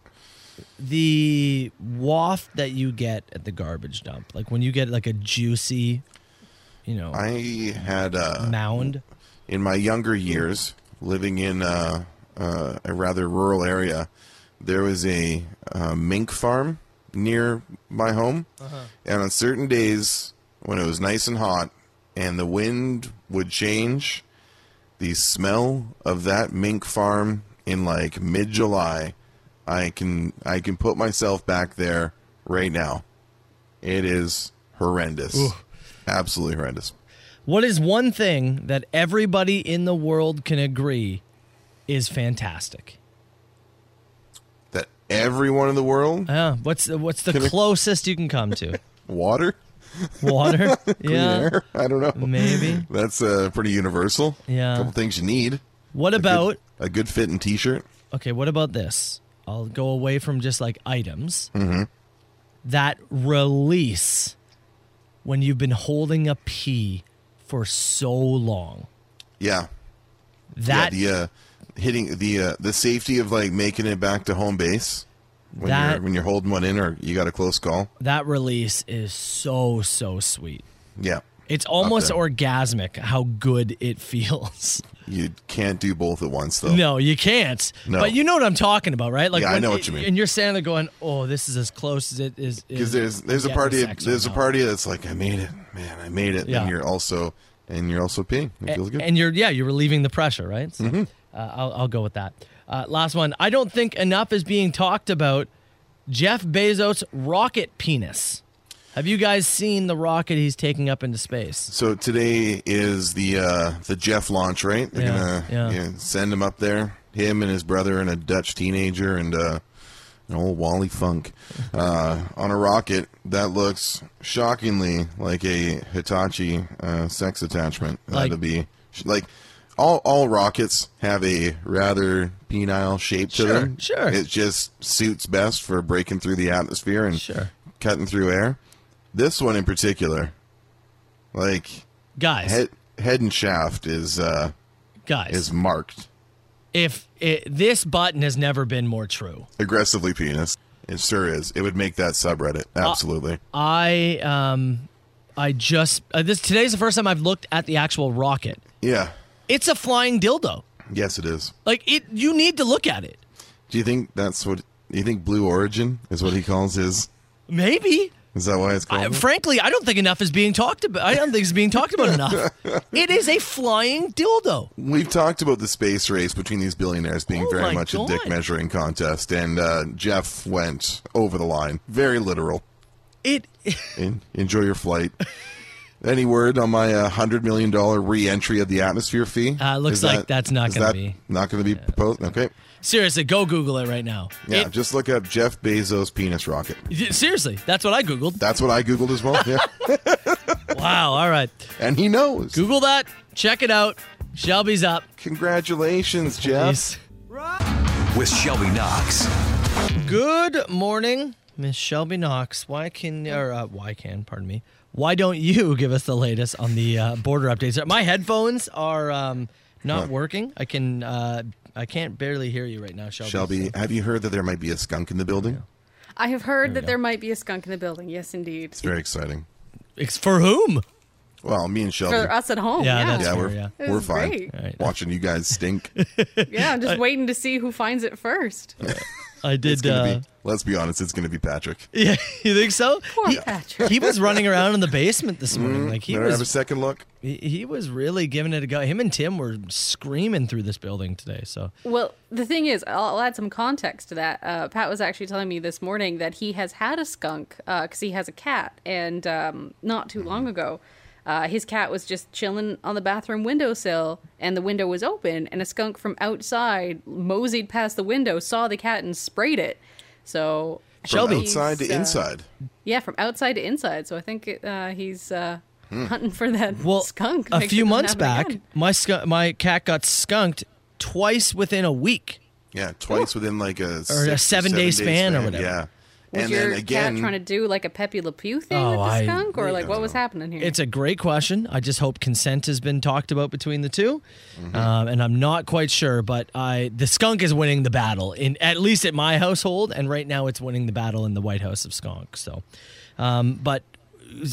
D: the waft that you get at the garbage dump. Like when you get like a juicy, you know,
E: I had uh,
D: mound.
E: in my younger years, living in uh, uh, a rather rural area, there was a uh, mink farm near my home. And on certain days, when it was nice and hot and the wind would change, the smell of that mink farm in like mid July, I can I can put myself back there right now. It is horrendous. Absolutely horrendous.
D: What is one thing that everybody in the world can agree is fantastic?
E: That everyone in the world
D: Uh, what's the, what's the
E: Can we-
D: closest you can come
E: <laughs>
D: to?
E: water
D: Water? yeah.
E: air i don't know
D: Maybe.
E: that's uh, pretty universal
D: Yeah.
E: couple things you need
D: What
E: A good-
D: about
E: a good fit and t-shirt
D: okay, what about this? I'll go away from just like items.
E: Mm-hmm.
D: That release when you've been holding a pee for so long.
E: yeah
D: That
E: yeah, the uh, hitting the uh, the safety of like making it back to home base when
D: That-
E: you're when you're holding one in or you got a close call.
D: that release is so so sweet.
E: Yeah,
D: It's almost
E: there.
D: orgasmic how good it <laughs> feels.
E: you can't do both at once though.
D: No, you can't.
E: Oh. No.
D: But you know what I'm talking about, right? Like
E: Yeah, I
D: when-
E: know what you mean.
D: And you're standing there going, "Oh, this is as close as it is."
E: because there's there's a party there's a party that's like I made it, man, I made it.
D: Yeah.
E: And you're also and you're also peeing. It feels
D: and,
E: good. Mm-hmm.
D: and you're yeah you're relieving the pressure right so, uh, I'll, I'll go with that uh, last one i don't think enough is being talked about jeff bezos rocket penis have you guys seen the rocket he's taking up into space
E: so today is the uh, the Jeff launch, right? They're
D: Yeah,
E: gonna
D: yeah.
E: you know, send him up there, him and his brother and a Dutch teenager and uh, an old Wally
D: <laughs>
E: Funk uh, on a rocket that looks shockingly like a Hitachi uh, sex attachment.
D: Like-
E: That'd be like. All, all rockets have a rather penile shape to
D: Sure,
E: them.
D: sure.
E: It just suits best for breaking through the atmosphere and
D: Sure.
E: cutting through air. This one in particular, like
D: guys
E: head head and shaft is uh
D: guys
E: is marked
D: if it, this button has never been more true
E: aggressively penis it sure is it would make that subreddit
D: Ah.
E: absolutely
D: i um i just uh, this today's the first time i've looked at the actual rocket
E: yeah
D: it's a flying dildo
E: yes it is
D: like it you need to look at it
E: do you think that's what do you think blue origin is what he calls his
D: maybe
E: is that why it's called
D: I,
E: that?
D: frankly, I don't think enough is being talked about. I don't think it's being talked about
E: <laughs>
D: enough. It is a flying dildo.
E: we've talked about the space race between these billionaires being
D: Oh my
E: very much a dick
D: God.
E: measuring contest and uh, jeff went over the line very literal
D: It <laughs>
E: En- enjoy your flight any word on my uh, hundred million dollar re-entry of the atmosphere fee
D: Uh, looks
E: Is
D: like that's not
E: is
D: gonna
E: that
D: be-
E: not gonna be proposed okay
D: seriously, go Google it right now.
E: Yeah,
D: It-
E: just look up Jeff Bezos penis rocket.
D: y- seriously, that's what I googled.
E: That's what I googled as well.
D: <laughs>
E: Yeah,
D: wow. All right,
E: and he knows.
D: Google that. Check it out. Shelby's up.
E: Congratulations, Jeff.
D: Peace.
A: with Shelby Knox.
D: Good morning, Miss Shelby Knox. Why can or uh, why can? Pardon me. Why don't you <laughs> give us the latest on the uh, border updates? My headphones are um, not working. I can uh, I can't barely hear you right now, Shelby.
E: Shelby, have you heard that there might be a skunk in the building?
H: I have heard that there might be a skunk in the building. Yes, indeed.
E: It's very exciting.
D: It's for whom?
E: Well, me and Shelby,
H: For us at home.
D: Yeah,
H: Yeah.
D: that's
E: yeah,
D: fair,
E: we're
D: yeah.
H: This
E: we're
H: is
E: fine.
H: great.
D: All right.
E: Watching you guys stink.
D: <laughs>
H: Yeah, I'm just waiting to see who finds it first.
D: I
E: It's
D: did.
E: gonna
D: Uh,
E: be. Let's be honest, it's gonna be Patrick.
D: <laughs> yeah, you think so?
H: Poor
D: He,
H: Patrick.
D: he was running around in the basement this
E: Mm-hmm.
D: morning. Like he
E: Never have a
D: was,
E: second look.
D: he, he was really giving it a go. Him and Tim were screaming through this building today. So
H: Well, the thing is, I'll, I'll add some context to that. Uh, Pat was actually telling me this morning that he has had a skunk because he has a cat, and um, not too long ago, uh, his cat was just chilling on the bathroom windowsill, and the window was open, and a skunk from outside moseyed past the window, saw the cat, and sprayed it. So I think
D: Shelby.
E: From outside to
H: he's, uh,
E: inside.
H: yeah, from outside to inside. So I think it, uh, he's uh,
E: Hmm.
H: hunting for that
D: well,
H: skunk.
D: a
H: Make
D: few
H: sure it doesn't
D: months
H: happen
D: back,
H: again.
D: my scu- my cat got skunked twice within a week.
E: Yeah, twice within like a six
D: a seven-day span or whatever.
E: Yeah,
H: Was
E: and
H: your
E: then again,
H: cat trying to do like a Pepe Le Pew thing
D: Oh,
H: with the
D: I-
H: skunk, or like what was happening here?
D: It's a great question. I just hope consent has been talked about between the 2 um, and I'm not quite sure. But I the skunk is winning the battle in at least at my household, and right now it's winning the battle in the White House of skunk. So, um, but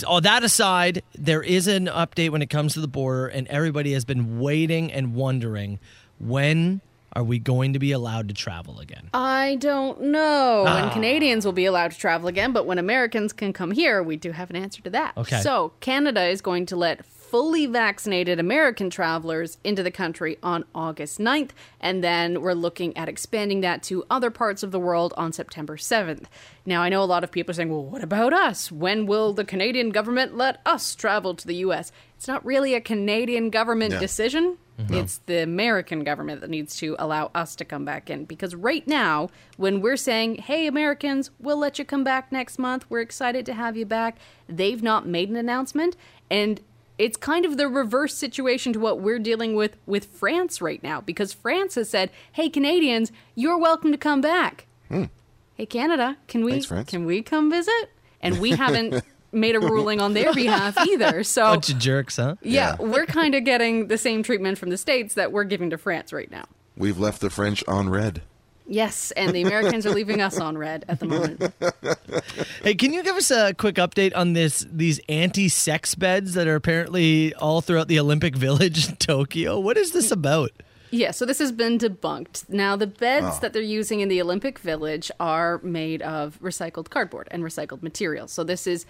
D: all that aside, there is an update when it comes to the border, and everybody has been waiting and wondering when are we going to be allowed to travel again.
H: I don't know when Canadians will be allowed to travel again, but when Americans can come here, we do have an answer to that.
D: Okay.
H: So Canada is going to let fully vaccinated American travelers into the country on August 9th, and then we're looking at expanding that to other parts of the world on September 7th. Now, I know a lot of people are saying, well, what about us? When will the Canadian government let us travel to the U.S.? It's not really a Canadian government
E: Yeah.
H: decision.
E: Mm-hmm.
H: It's the American government that needs to allow us to come back in because right now, when we're saying, "Hey, Americans, we'll let you come back next month. We're excited to have you back," they've not made an announcement, and it's kind of the reverse situation to what we're dealing with with France right now because France has said, "Hey, Canadians, you're welcome to come back." Hey, Canada, can we
E: Hmm. Thanks, France.
H: can we come visit? And we haven't <laughs> made a ruling on their behalf either. So
D: Bunch of jerks, huh?
H: yeah,
E: Yeah.
H: we're kind of getting the same treatment from the states that we're giving to France right now.
E: We've left the French on red.
H: Yes, and the Americans are leaving us on red at the moment.
D: Hey, can you give us a quick update on this these anti-sex beds that are apparently all throughout the Olympic Village in Tokyo? What is this about?
H: <laughs> Yeah, so this has been debunked. Now, the beds that they're using in the Olympic Village are made of recycled cardboard and recycled materials. So, this is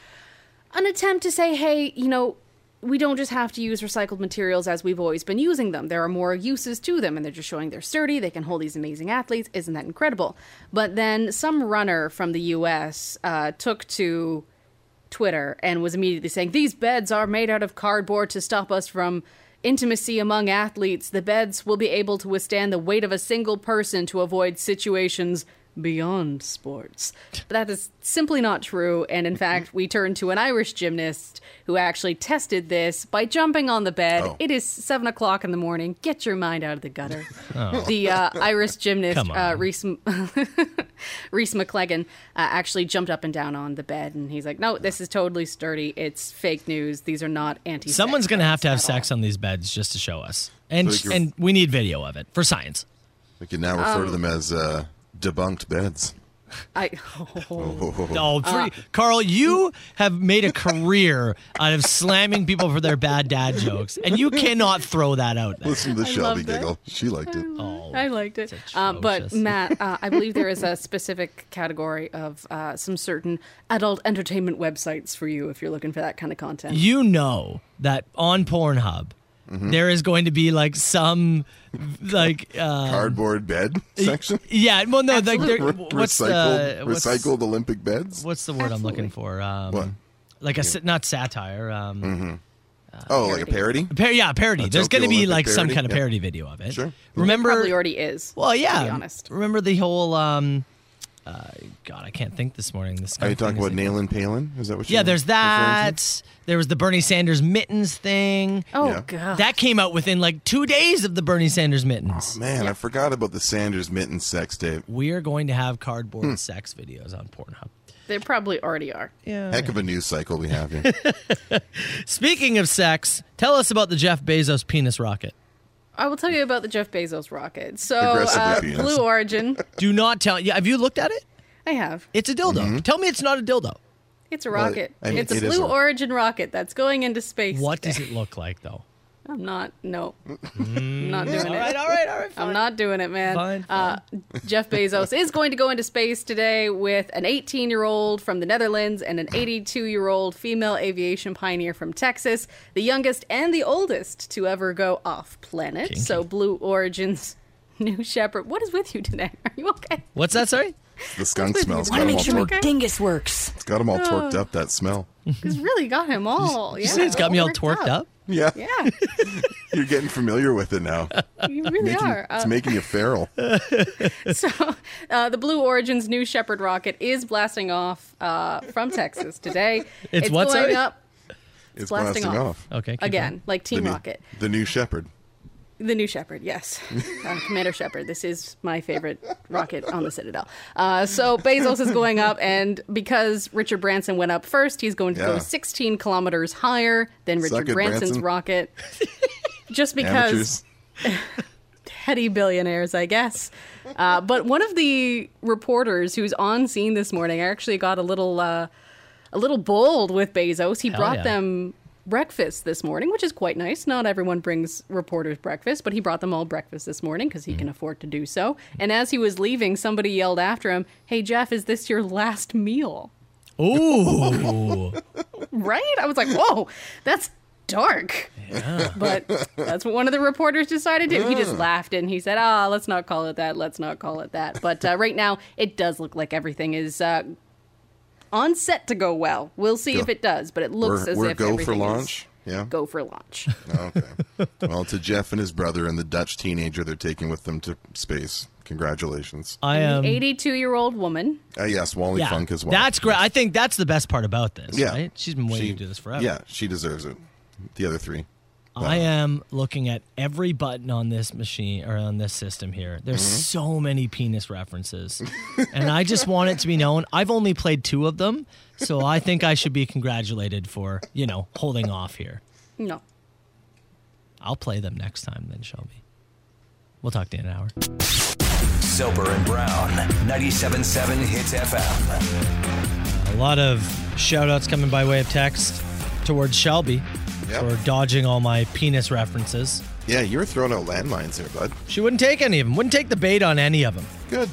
H: an attempt to say, hey, you know, we don't just have to use recycled materials as we've always been using them. There are more uses to them, and they're just showing they're sturdy. They can hold these amazing athletes. Isn't that incredible? But then some runner from the US uh, took to Twitter and was immediately saying, These beds are made out of cardboard to stop us from intimacy among athletes. The beds will be able to withstand the weight of a single person to avoid situations beyond sports. But that is simply not true. And in fact, we turned to an Irish gymnast who actually tested this by jumping on the bed.
E: Oh.
H: It is seven o'clock in the morning. Get your mind out of
D: <laughs>
H: the gutter. The uh, Irish gymnast,
D: Oh. Come
H: uh,
D: on.
H: Reese. Reese McClegan uh, actually jumped up and down on the bed, and he's like, "No, this is totally sturdy. It's fake news. These are not anti."
D: Someone's going to have to have sex on these beds just to show us. And
E: So they can-
D: and we need video of it for science.
E: We can now refer
H: Oh.
E: to them as uh, debunked beds.
H: I, <laughs>
D: Oh, free. Carl, you have made a career out of slamming people for their bad dad jokes, and you cannot throw that out there.
E: Listen to the
H: I
E: Shelby
H: love that.
E: giggle. She liked it.
D: Oh.
H: I liked it. Uh, but
D: atrocious. <laughs>
H: Matt, uh, I believe there is a specific category of uh, some certain adult entertainment websites for you if you're looking for that kind of content.
D: You know that on Pornhub, there is going to be like some, like, uh,
E: Cardboard bed section.
D: yeah, well, no, like, there,
E: Re-
D: what's
E: recycled
D: the what's,
E: recycled Olympic beds.
D: What's the word I'm looking for? Um,
E: What?
D: Like a sa- not satire. Um,
E: oh, like a parody.
D: Par- yeah, parody.
E: A
D: There's
E: Tokyo
D: going to be
E: Olympic
D: like some
E: parody?
D: kind of
E: Yeah.
D: parody video of it.
E: Sure.
D: Remember?
H: Probably already is.
D: well, yeah.
H: To be honest.
D: Remember the whole. Um, uh, God, I can't think this morning. This.
E: Are
D: kind
E: you
D: of thing
E: talking
D: is
E: about
D: like-
E: Nayland Palin? Is that what?
D: Yeah,
E: you're
D: there's
E: referring to?
D: that. There was the Bernie Sanders mittens thing.
H: Oh
E: Yeah.
H: god.
D: That came out within like two days of the Bernie Sanders mittens.
E: Man, I forgot about the Sanders mitten sex tape.
D: We are going to have cardboard
E: Hmm.
D: sex videos on Pornhub.
H: They probably already are.
E: Heck of a news cycle we
D: <laughs>
E: have here.
D: Speaking of sex, tell us about the Jeff Bezos penis rocket.
H: I will tell you about the Jeff Bezos rocket. So,
E: Aggressively
H: uh,
E: penis.
H: Blue
E: <laughs>
H: Origin,
D: Do not tell. Yeah, have you looked at it?
H: I have.
D: It's a dildo.
E: Mm-hmm.
D: Tell me it's not a dildo.
H: It's a
E: Well,
H: rocket.
E: I mean,
H: it's a
E: it is
H: Blue
E: a-
H: Origin rocket that's going into space.
D: What
H: today.
D: does it look like though?
H: I'm not. No, <laughs> I'm not doing
D: All
H: it.
D: right, all right, all right.
H: I'm not doing it, man.
D: Mm. Fine,
H: Uh, Jeff Bezos is going to go into space today with an 18 year old from the Netherlands and an 82 year old female aviation pioneer from Texas, the youngest and the oldest to ever go off planet.
D: Kinky.
H: So, Blue Origin's <laughs> new shepherd. What is with you today? <laughs> Are you okay?
D: What's that? Sorry.
E: The skunk smells got
I: Gotta
E: them all
I: make sure my
E: torqued.
I: dingus works.
E: It's got 'em all torqued
H: Oh.
E: up. That smell.
H: It's really got him all.
D: You
H: Oh, yeah,
D: say it's got me all
H: worked
D: twerked up.
E: Yeah,
H: Yeah,
E: you're getting familiar with
D: <laughs>
E: it now.
H: you really
E: Making-
H: are. Uh,
E: it's making you feral.
H: So, uh, the Blue Origin's new Shepard rocket is blasting off uh, from Texas today.
D: It's what,
H: going
D: sorry?
H: up
E: It's
H: blasting
E: blasting
H: off.
E: off.
D: Okay. keep
H: again, like Team
E: new,
H: Rocket,
E: The new shepherd.
H: the new Shepard. Yes, uh, Commander Shepard. This is my favorite rocket on the Citadel. Uh, so Bezos is going up, and because Richard Branson went up first, he's going to go
E: Yeah.
H: 16 kilometers higher than Richard
E: it,
H: Branson's
E: Branson.
H: rocket. Just because
E: Amateurs.
H: petty billionaires, I guess. Uh, but one of the reporters who's on scene this morning actually got a little uh, a little bold with Bezos. He brought
D: yeah.
H: them breakfast this morning, which is quite nice. Not everyone brings reporters breakfast, but he brought them all breakfast this morning because he can afford to do so. And as he was leaving, somebody yelled after him, "Hey Jeff, is this your last meal?"
D: going. Ooh.
H: Right? I was like, "Whoa, that's." Dark, but that's what one of the reporters decided to do. He just laughed and he said, "Ah, let's not call it that. Let's not call it that." But uh, right now, it does look like everything is uh, on set to go well. We'll see if it does, but it looks
E: We're,
H: as
E: we're
H: if
E: go for
H: everything is
E: launch. Yeah.
H: Go for launch.
E: Okay. well, to Jeff and his brother and the Dutch teenager they're taking with them to space. Congratulations.
D: I
H: <laughs>
D: am.
H: Eighty-two-year-old woman.
E: Uh, yes, Wally
D: Yeah,
E: Funk as well.
D: that's great. I think that's the best part about this.
E: Yeah.
D: Right? She's been waiting
E: She-
D: to do this forever.
E: Yeah, she deserves it. The other three.
D: I am looking at every button on this machine or on this system here. There's
E: Mm-hmm.
D: so many penis references. and I just want it to be known. I've only played two of them. So I think I should be congratulated for, you know, holding off here.
H: No.
D: I'll play them next time then, Shelby. We'll talk to you in an hour.
A: Soper and Brown, 97.7 Hits FM.
D: A lot of shout outs coming by way of text towards Shelby
E: Yep.
D: for dodging all my penis references.
E: Yeah, you were throwing out landmines there, bud.
D: She wouldn't take any of them, wouldn't take the bait on any of them.
E: Good.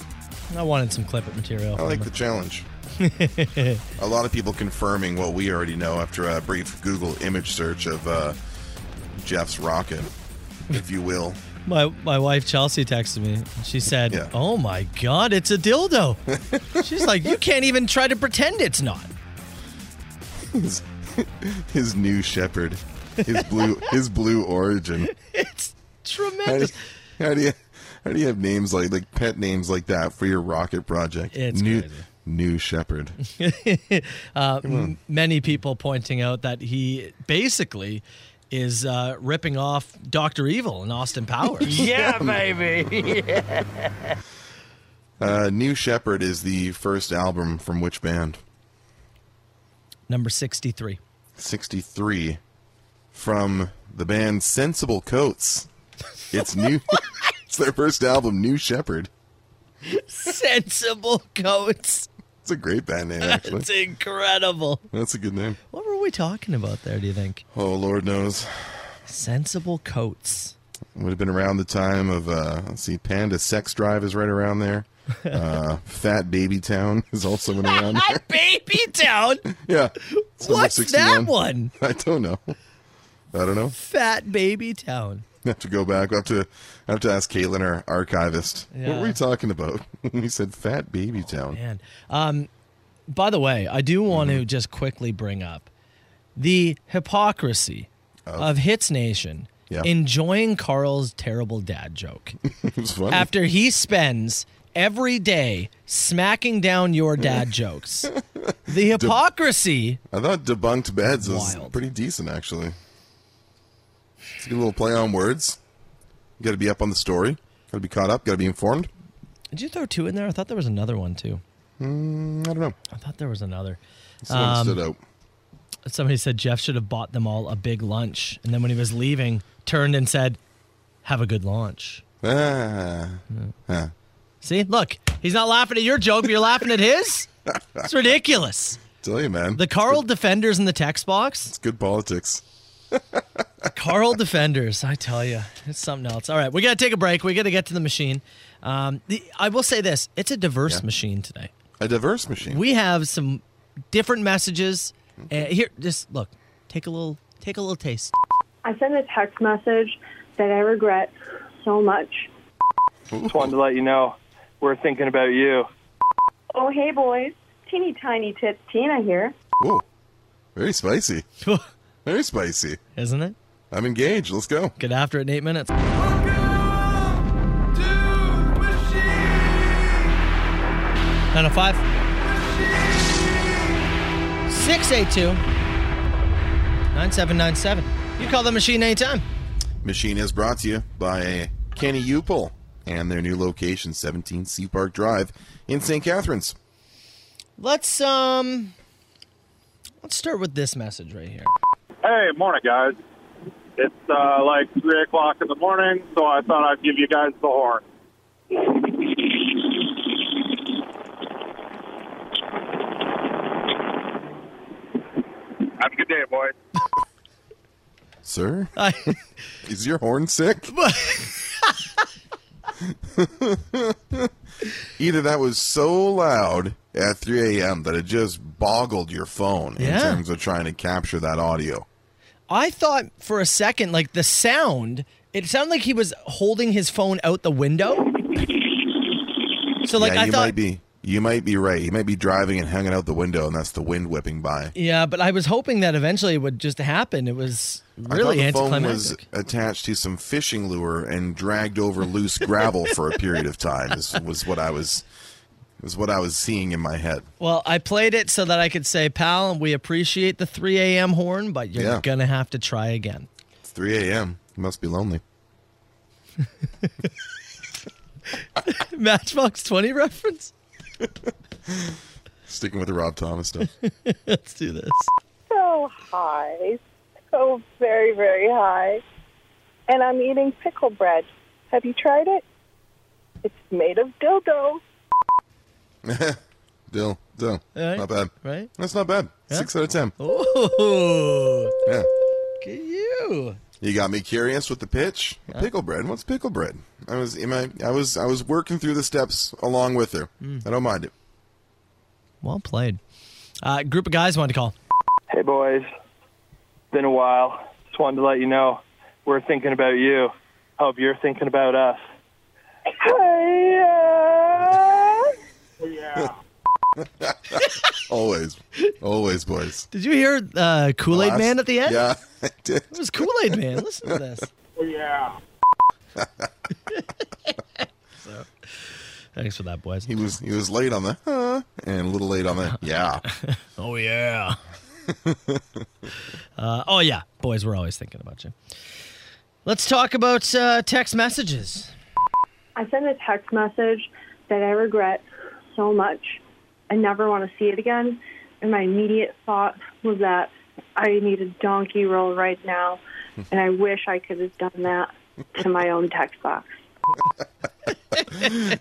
D: I wanted some clip it material.
E: I
D: from
E: like
D: her. <laughs>
E: the challenge. a lot of people confirming what we already know after a brief Google image search of uh, Jeff's rocket, if you will.
D: My my wife Chelsea texted me. and She said,
E: Yeah.
D: "Oh my god, it's a dildo." She's like, "You can't even try to pretend it's not." <laughs>
E: His, his new shepherd, his
D: <laughs>
E: blue, his blue origin.
D: It's
E: How do,
D: tremendous.
E: how do you how do you have names like like pet names like that for your rocket project?
D: It's
E: new
D: crazy. <laughs>
E: new shepherd.
D: Uh, M- many people pointing out that he basically is uh, ripping off Doctor Evil and Austin Powers.
I: Yeah, baby.
E: Uh, new shepherd is the first album from which band?
D: Number sixty-three.
E: 63 from the band Sensible Coats.
D: <laughs>
E: It's new. it's their first album, New Shepherd.
D: Sensible goats.
E: It's a great band name, actually.
D: It's incredible.
E: That's a good name.
D: What were we talking about there? Do you think
E: Oh, Lord knows.
D: sensible coats?
E: Would have been around the time of, uh, let's see, Panda Sex Drive is right
D: <laughs>
E: around there. Uh, Fat Baby Town <laughs> is also in around there.
D: <laughs> Baby Town.
E: Yeah. It's number
D: What's
E: 61.
D: that one?
E: <laughs> I don't know. I don't know.
D: Fat Baby Town.
E: I have to go back. I have to, I have to ask Caitlin, our archivist. What
D: Yeah.
E: were we talking about <laughs> when we said Fat Baby Town?
D: Man. Um, by the way, I do want to just quickly bring up the hypocrisy of Hits Nation
E: Yeah.
D: enjoying Carl's terrible dad joke
E: It was funny.
D: after he spends every day smacking down your dad jokes. The hypocrisy.
E: I thought debunked beds was
D: Wild.
E: pretty decent actually. It's a good little play on words. You got to be up on the story. Got to be caught up. Got to be informed.
D: Did you throw two in there? I thought there was another one too.
E: Mm, I don't know.
D: I thought there was another.
E: This one
D: Um,
E: stood out.
D: Somebody said Jeff should have bought them all a big lunch. And then when he was leaving, turned and said, Have a good lunch.
E: Ah, ah.
D: See, look, he's not laughing at your joke, but you're laughing at his. It's ridiculous.
E: Tell you, man.
D: The Carl defenders in the text box.
E: it's good politics.
D: Carl defenders, I tell you, it's something else. All right, we got to take a break. We got to get to the machine. Um, the, I will say this: it's a diverse
E: Yeah.
D: machine today.
E: A diverse machine.
D: We have some different messages. Uh, here, just look, take a little, take a little taste. <laughs>
J: I sent a text message that I regret so much.
F: Just wanted to let you know we're thinking about you.
J: Oh, hey, boys. Teeny tiny tits, Tina here.
E: Whoa, very spicy. Very spicy.
D: Isn't it?
E: I'm engaged. Let's go.
D: Get after it in eight minutes. Nine oh five. Six eight two. Nine seven nine seven. You call the machine anytime.
E: Machine is brought to you by Kenny Upel and their new location, 17 Sea Park Drive in St. Catharines.
D: Let's um. Let's start with this message right here. <laughs>
F: Hey, morning, guys. It's uh, like 3 o'clock in the morning, so I thought I'd give you guys the horn. Have a good day, boys.
E: Sir,
D: I,
E: is your
D: <laughs>
E: horn sick? Either that was so loud at 3 a.m. that it just boggled your phone in
D: Yeah.
E: terms of trying to capture that audio.
D: I thought for a second, like the sound, it sounded like he was holding his phone out the window. So like
E: yeah,
D: I
E: you
D: thought
E: might be. You might be right. You might be driving and hanging out the window, and that's the wind whipping by.
D: Yeah, but I was hoping that eventually it would just happen. It was really
E: I thought the phone was
D: anticlimactic.
E: attached to some fishing lure and dragged over loose gravel for a period of time. Is, was what I was was what I was seeing in my head.
D: Well, I played it so that I could say, pal, we appreciate the 3 a.m. horn, but you're
E: Yeah.
D: going to have to try again. <laughs>
E: It's 3 a.m. You must be lonely.
D: Matchbox 20 reference?
E: Sticking with the Rob Thomas stuff.
D: <laughs> <laughs> Let's do this.
I: so high, so very, very high. And I'm eating pickle bread. Have you tried it? It's made of dildo.
E: Dill, dill.
D: Right.
E: Not bad.
D: Right?
E: That's not bad. Six out of ten.
D: Oh,
E: Yeah.
D: look at you.
E: You got me curious with the pitch. Pickle bread. What's pickle bread? I was, am I, I was, I was working through the steps along with her.
D: Hmm.
E: I don't mind it.
D: Well played. Uh, group of guys wanted to call.
K: Hey, boys. Been a while. Just wanted to let you know we're thinking about you. Hope you're thinking about us.
D: <laughs>
E: Always, always, boys.
D: Did you hear uh, Kool Aid
E: Last-
D: Man at the end?
E: Yeah, <laughs> I did.
D: It was Kool Aid Man. Listen to this. <laughs>
F: Yeah.
D: Thanks for that, boys.
E: He was, he was late on the huh, and a little late
D: <laughs>
E: on the yeah.
D: Oh, yeah. <laughs> uh, oh, yeah. Boys, we're always thinking about you. Let's talk about uh, text messages.
J: I sent a text message that I regret so much. I never want to see it again. And my immediate thought was that I need a donkey roll right now. And I wish I could have done that to my own text box.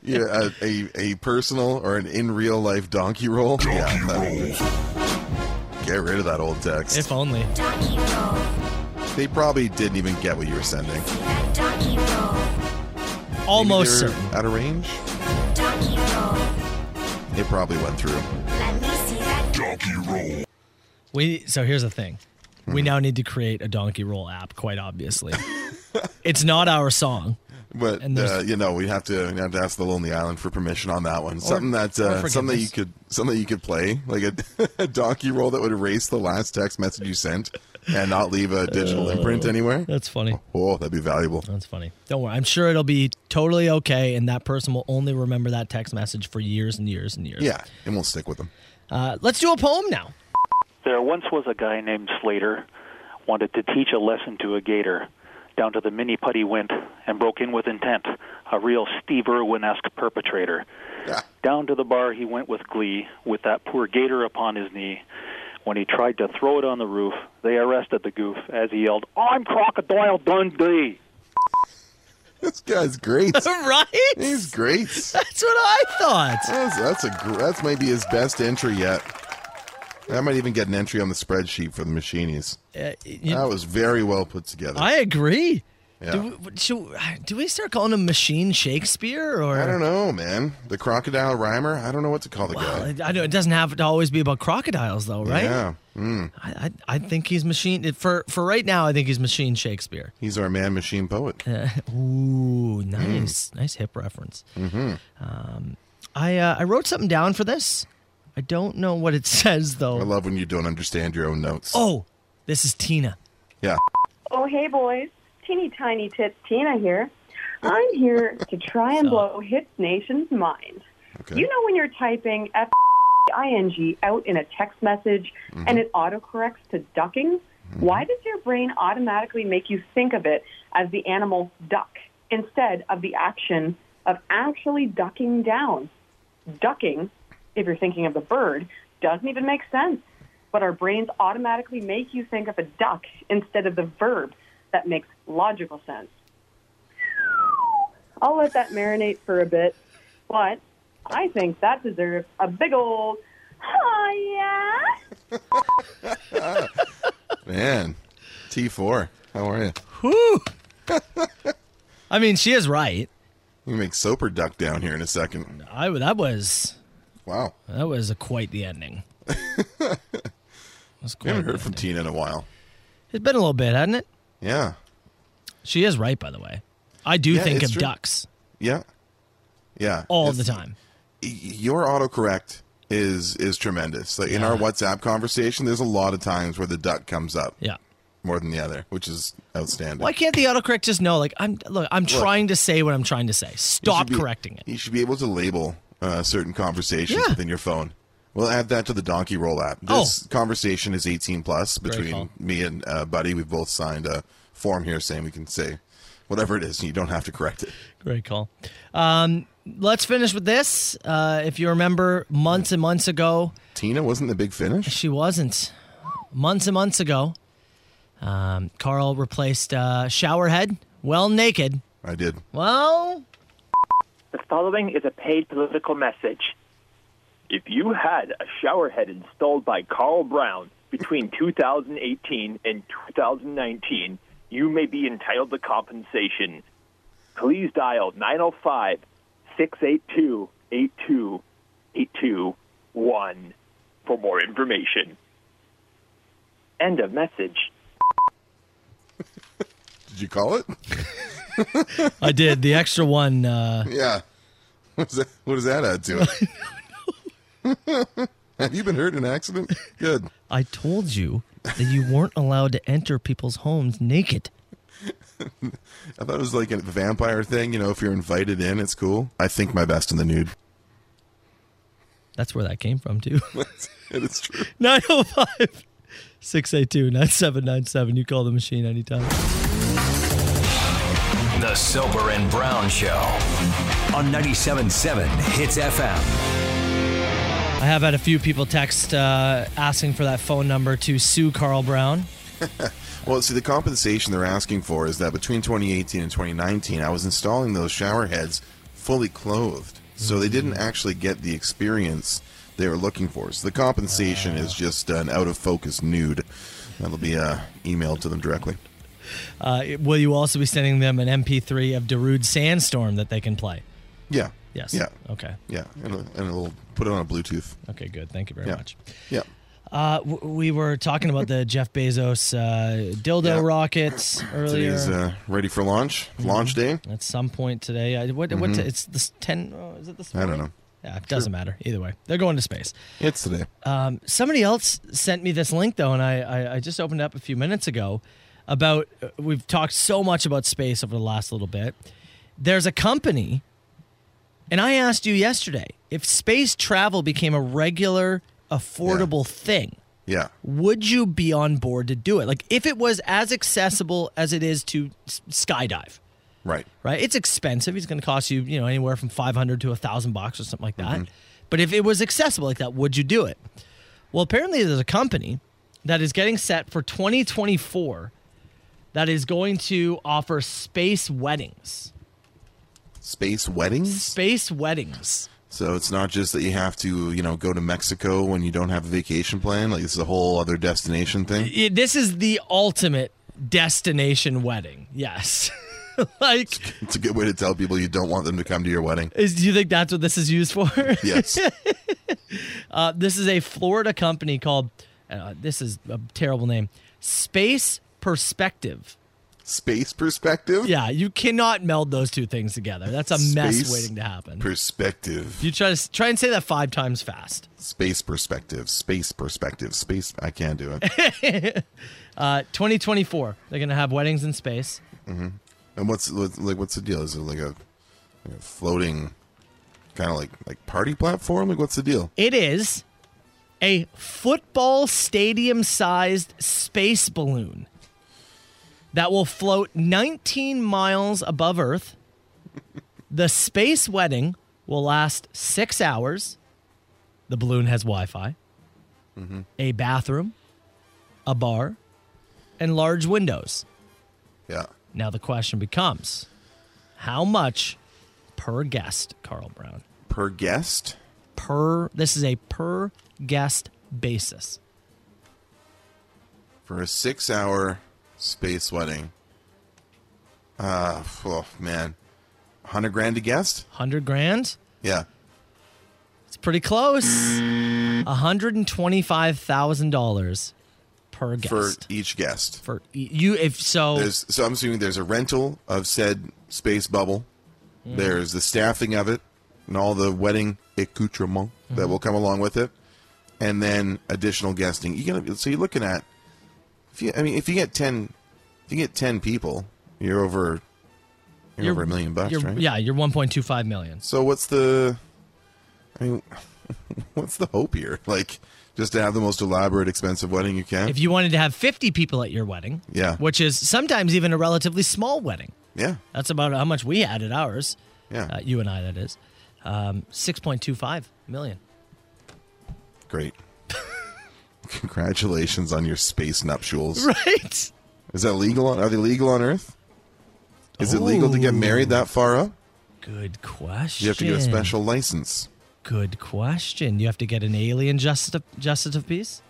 E: Yeah, a, a, a personal or an in real life donkey roll. yeah, that- get rid of that old text.
D: If only.
E: they probably didn't even get what you were sending. Maybe
D: Almost
E: they were
D: certain.
E: out of range. It probably went through.
D: We so here's the thing. We now need to create a donkey roll app, quite
E: <laughs>
D: obviously. it's not our song.
E: But
D: And
E: uh,
D: there's-
E: you know, we have to we have to ask the Lonely Island for permission on that one. something that
D: or
E: uh, something that you
D: forgiveness.
E: could something that you could play like a, a <laughs> donkey roll that would erase the last text message you sent and not leave a digital
D: Uh,
E: imprint anywhere.
D: That's funny.
E: Oh, that'd be valuable.
D: That's funny. Don't worry. I'm sure it'll be totally okay, and that person will only remember that text message for years and years and years.
E: Yeah, it won't stick with them. <laughs>
D: Uh, let's do a poem now.
L: There once was a guy named Slater wanted to teach a lesson to a gator. Down to the mini putty went and broke in with intent, a real Steve Irwin-esque perpetrator. Down to the bar he went with glee, with that poor gator upon his knee. When he tried to throw it on the roof, they arrested the goof as he yelled, "I'm Crocodile Dundee!"
E: This guy's great.
D: right?
E: He's great.
D: That's what I
E: <laughs>
D: thought.
E: That's, that's a gr- that's maybe his best entry yet. I might even get an entry on the spreadsheet for the machinies.
D: Uh, you-
E: That was very well put together.
D: I agree.
E: Yeah.
D: Do, we, should, do we start calling him Machine Shakespeare or?
E: I don't know, man. The crocodile rhymer. I don't know what to call the guy.
D: <sighs> I know it doesn't have to always be about crocodiles, though, right?
E: Yeah, Mm,
D: I, I, I think he's machine for for right now. I think he's machine Shakespeare.
E: he's our man machine poet.
D: Ooh,
E: Hmm.
D: nice, nice hip reference. Mm-hmm. Um, I uh, I wrote something down for this. I don't know what it <laughs> says though.
E: I love when you don't understand your own notes.
D: oh, this is Tina.
E: Yeah.
J: Oh, hey, boys. Teeny tiny tits Tina here. I'm here to try and blow Hits Nation's mind.
E: Okay.
J: You know when you're typing F I N G out in a text message and it autocorrects to ducking? Why does your brain automatically make you think of it as the animal duck instead of the action of actually ducking down? Ducking, if you're thinking of the bird, doesn't even make sense. But our brains automatically make you think of a duck instead of the verb that makes logical sense. I'll let that marinate for a bit, but I think that deserves a big old oh yeah.
E: man. T four. How are you? <laughs>
D: Whew. I mean, she is right.
E: You make Soper duck down here in a second.
D: I that was
E: Wow.
D: that was a, quite the
E: <laughs>
D: ending. That was
E: We
D: quite
E: haven't
D: the
E: heard from
D: ending.
E: Tina in a while.
D: It's been a little bit, hasn't it?
E: Yeah.
D: She is right, by the way. I do
E: Yeah,
D: think
E: it's
D: of
E: true.
D: ducks
E: Yeah. Yeah.
D: all
E: It's-
D: the time.
E: y- Your autocorrect is is tremendous. Like in our WhatsApp conversation, there's a lot of times where the duck comes up
D: Yeah.
E: more than the other, which is outstanding.
D: Why can't the autocorrect just know? Like I'm look, I'm trying to say what I'm trying to say.
E: You should
D: Stop
E: be-
D: correcting it.
E: You should be able to label uh, certain conversations
D: Yeah. Oh.
E: within your phone. We'll add that to the Donkey Roll app. This conversation is 18 plus
D: call.
E: between me and uh, Buddy. We've both signed a form here saying we can say whatever it is. and You don't have to correct it.
D: Great call. Um, let's finish with this. Uh, if you remember, months and months ago,
E: Tina wasn't the big finish.
D: She wasn't. Months and months ago, um, Carl replaced uh, Showerhead. Well, naked.
E: I did. <laughs>
D: Well,
M: The following is a paid political message. If you had a showerhead installed by Carl Brown between 2018 and 2019, you may be entitled to compensation. Please dial 905 682 8281 for more information. End of message.
E: Did you call it? <laughs>
D: I did. The extra one. Uh,
E: Yeah. What's that, what does that add to it? <laughs> Have you been hurt in an accident? Good.
D: I told you that you weren't allowed to enter people's homes naked.
E: I thought it was like a vampire thing. You know, if you're invited in, it's cool. I think my best in the nude. <laughs>
D: That's where that came from, too. <laughs>
E: And it's true.
D: 905 682 9797. You call the machine anytime.
A: The Soper and Brown Show on 97.7 Hits FM.
D: I have had a few people text uh, asking for that phone number to sue Carl Brown.
E: Well, see, the compensation they're asking for is that between 2018 and 2019, I was installing those shower heads fully clothed. So they didn't
D: Mm.
E: actually get the experience they were looking for. So the compensation is just an out of focus nude. That'll be uh, emailed to them directly.
D: Uh, it- will you also be sending them an MP3 of Darude Sandstorm that they can play?
E: Yeah.
D: Yes.
E: Yeah.
D: Okay.
E: Yeah. And, and it'll put it on a Bluetooth.
D: Okay, good. Thank you very much.
E: Yeah.
D: Uh, w- we were talking about the <laughs> Jeff Bezos uh, dildo rockets earlier. Mm-hmm.
E: Today's uh, ready for launch. Launch day.
D: At some point today, I, what? What?
E: Mhm.
D: It's this ten? oh, Is it this?
E: I don't
D: morning?
E: know.
D: Yeah, it doesn't matter. Either way, they're going to space.
E: It's today.
D: Um, somebody else sent me this link though, and I, I, I just opened it up a few minutes ago. About uh, we've talked so much about space over the last little bit. There's a company, and I asked you yesterday if space travel became a regular, affordable thing.
E: Yeah.
D: Would you be on board to do it? Like if it was as accessible as it is to s- skydive
E: Right.
D: right? It's expensive. It's going to cost you, you know, anywhere from 500 to 1000 bucks or something like that. But if it was accessible like that, would you do it? Well, apparently there's a company that is getting set for 2024 that is going to offer space weddings.
E: Space weddings.
D: Space weddings.
E: So it's not just that you have to, you know, go to Mexico when you don't have a vacation plan. Like this is a whole other destination thing.
D: I- This is the ultimate destination wedding. Yes. <laughs> like
E: It's a good way to tell people you don't want them to come to your wedding.
D: Is, do you think that's what this is used for? <laughs>
E: Yes.
D: uh, this is a Florida company called, uh, this is a terrible name, Space Perspective.
E: Space Perspective?
D: Yeah, you cannot meld those two things together. That's a mess
E: Space
D: waiting to happen.
E: Perspective.
D: You try to try and say that five times fast.
E: Space perspective. Space perspective. Space. I can't do it.
D: uh, 2024, they're going to have weddings in space.
E: hmm And what's what- like? What's the deal? Is it like a, like a floating, kind of like like party platform? Like what's the deal?
D: It is a football stadium sized space balloon that will float 19 miles above Earth. the space wedding will last six hours. The balloon has Wi Fi, a bathroom, a bar, and large windows.
E: Yeah.
D: Now the question becomes how much per guest, Carl Brown?
E: Per guest?
D: Per this is a per guest basis.
E: for a six hour space wedding. Uh, oh man, hundred grand a guest.
D: Hundred grand.
E: Yeah,
D: It's pretty close. $125,000 per guest. Oh.
E: for e- each guest.
D: For e, you, if so,
E: there's so I'm assuming there's a rental of said space bubble.
D: Mhm.
E: There's the staffing of it and all the wedding accoutrement
D: Hmm.
E: that will come along with it, and then additional guesting. You gonna so you're looking at if you I mean if you get ten if you get ten people you're over you're, over a million bucks
D: you're-
E: right
D: Yeah, you're 1.25 million.
E: So what's the? I mean, <laughs> what's the hope here? <laughs> Like, just to have the most elaborate, expensive wedding you can.
D: If you wanted to have 50 people at your wedding,
E: yeah,
D: which is sometimes even a relatively small wedding.
E: Yeah.
D: That's about how much we had at ours.
E: Yeah.
D: Uh, you and I, that is. um, 6.25 million.
E: Great. <laughs> Congratulations on your space nuptials.
D: Right?
E: Is that legal? On, are they legal on Earth? Is it legal to get
D: Ooh.
E: married that far up?
D: Good question.
E: You have to get a special license.
D: Good question. You have to get an alien justice justice of
E: <laughs>
D: peace?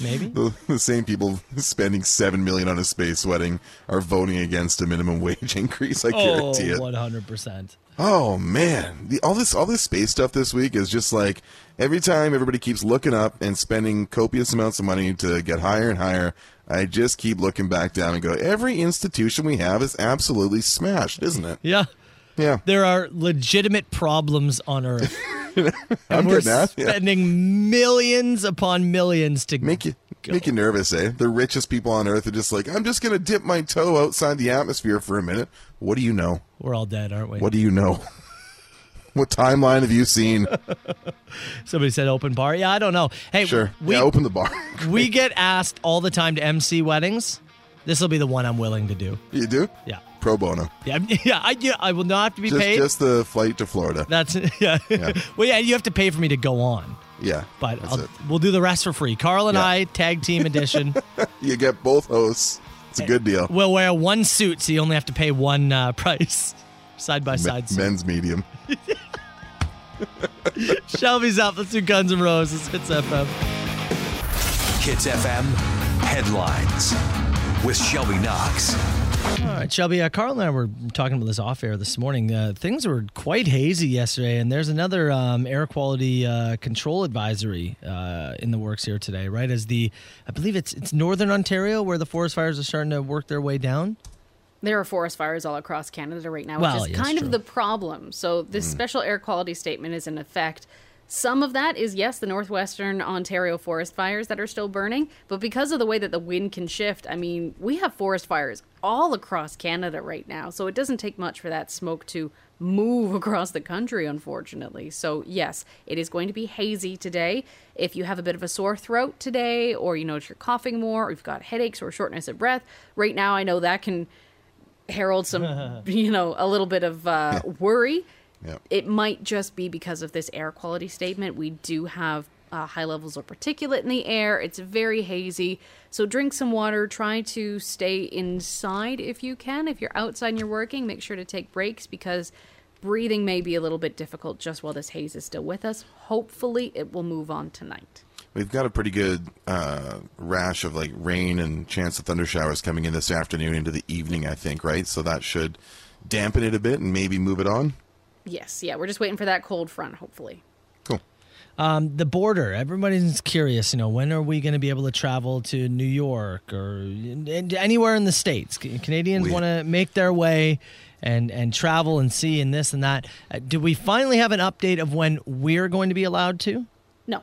D: Maybe.
E: The, the same people <laughs> spending seven million on a space wedding are voting against a minimum <laughs> wage increase. I guarantee
D: oh,
E: it.
D: 100%.
E: Oh man, the, all this all this space stuff this week is just like every time everybody keeps looking up and spending copious amounts of money to get higher and higher. I just keep looking back down and go, every institution we have is absolutely smashed, isn't it?
D: Yeah.
E: Yeah.
D: There are legitimate problems on Earth.
E: <laughs> I'm
D: and we're
E: getting that, yeah.
D: spending millions upon millions to
E: make you Make you nervous, eh? The richest people on earth are just like, I'm just gonna dip my toe outside the atmosphere for a minute. What do you know?
D: We're all dead, aren't we?
E: What do you know? <laughs> what timeline have
D: <laughs>
E: you seen?
D: Somebody said open bar. Yeah, I don't know. Hey,
E: Sure.
D: we
E: Yeah, open the bar. <laughs>
D: we get asked all the time to MC weddings. This will be the one I'm willing to do.
E: You do?
D: Yeah.
E: Pro bono.
D: Yeah, <laughs> yeah, I, yeah, I will not have to be
E: Just,
D: paid.
E: just the flight to Florida.
D: That's <laughs> yeah. well, yeah, you have to pay for me to go on,
E: Yeah.
D: but
E: that's
D: I'll,
E: it.
D: we'll do the rest for free. Carl and I, tag team
E: <laughs>
D: edition.
E: You get both hosts. It's a
D: Eh,
E: good deal.
D: we'll wear one suit, so you only have to pay one uh, <laughs> price, side by
E: Me-
D: side. suit.
E: men's medium.
D: Shelby's up. Let's do Guns N' Roses. Hits FM.
A: Hits FM headlines with Shelby Knox.
D: All right, Shelby. Uh, Carl and I were talking about this off air this morning. Uh, things were quite hazy yesterday, and there's another um, air quality uh, control advisory uh, in the works here today. Right as the, I believe it's it's northern Ontario where the forest fires are starting to work their way down.
H: There are forest fires all across Canada right now,
D: Well,
H: which is
D: yes,
H: kind
D: true.
H: of the problem. So, this special air quality statement is in effect. Some of that is, yes, the northwestern Ontario forest fires that are still burning, but because of the way that the wind can shift, I mean, we have forest fires all across Canada right now. So, it doesn't take much for that smoke to move <laughs> across the country, unfortunately. So, yes, it is going to be hazy today. If you have a bit of a sore throat today, or you notice you're coughing more, or you've got headaches or shortness of breath, right now, I know that can herald some, you know, a little bit of uh, worry. It might just be because of this air quality statement. We do have uh, high levels of particulate in the air. It's very hazy. So drink some water. Try to stay inside if you can. If you're outside and you're working, make sure to take breaks because breathing may be a little bit difficult just while this haze is still with us. Hopefully, it will move on tonight.
E: We've got a pretty good uh, rash of like rain and chance of thunder showers coming in this afternoon into the evening, I think, right? So that should dampen it a bit and maybe move it on.
H: Yes, yeah, we're just waiting for that cold front, hopefully.
D: Um, the border. Everybody's curious. You know, when are we going to be able to travel to New York or and anywhere in the states? Ca- Canadians
E: We-
D: want to make their way and and travel and see and this and that. Uh, do we finally have an update of when we're going to be allowed to?
H: No.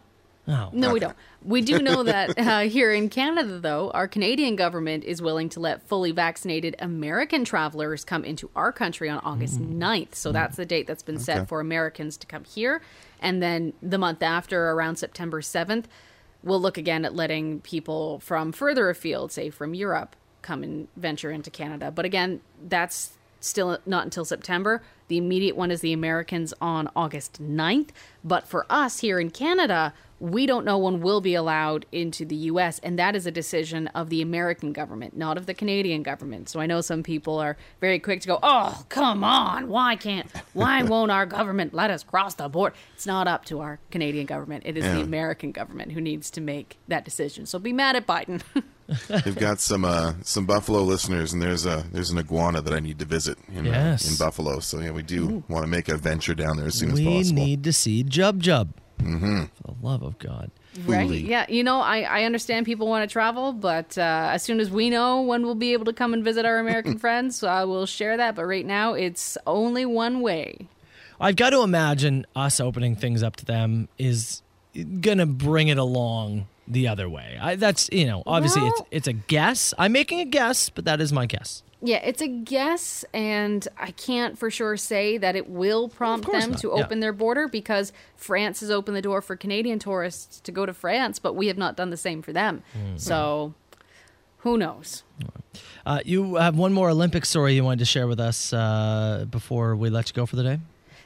D: Oh,
H: No, we don't. We do know that uh, here in Canada, though, our Canadian government is willing to let fully vaccinated American travelers come into our country on August 9th. So that's the date that's been
N: Okay.
H: set for Americans to come here. And then the month after, around September 7th, we'll look again at letting people from further afield, say from Europe, come and venture into Canada. But again, that's still not until September. The immediate one is the Americans on August 9th. But for us here in Canada, we don't know when we'll be allowed into the US. And that is a decision of the American government, not of the Canadian government. So I know some people are very quick to go, oh, come on. Why can't, why won't our government let us cross the border? It's not up to our Canadian government. It is the
E: Yeah.
H: American government who needs to make that decision. So be mad at Biden. <laughs>
D: <laughs>
E: They've got some uh, some Buffalo listeners, and there's a there's an iguana that I need to visit in, uh,
D: Yes.
E: in Buffalo. So yeah, we do want to make a venture down there as soon as
D: we
E: possible.
D: need to see Jub Jub.
E: mm-hmm.
D: For the love of God.
H: Right. Yeah. You know, I, I understand people want to travel, but uh, as soon as we know when we'll be able to come and visit our American friends, I will share that. But right now, it's only one way.
D: I've got to imagine us opening things up to them is gonna bring it along the other way. I, that's you know obviously
H: Well-
D: it's it's a guess. I'm making a guess, but that is my guess.
H: Yeah, it's a guess, and I can't for sure say that it will prompt
D: course
H: them
D: not,
H: to
D: yeah.
H: open their border because France has opened the door for Canadian tourists to go to France, but we have not done the same for them.
D: Mm.
H: So who knows?
D: Uh, you have one more Olympic story you wanted to share with us uh, before we let you go for the day.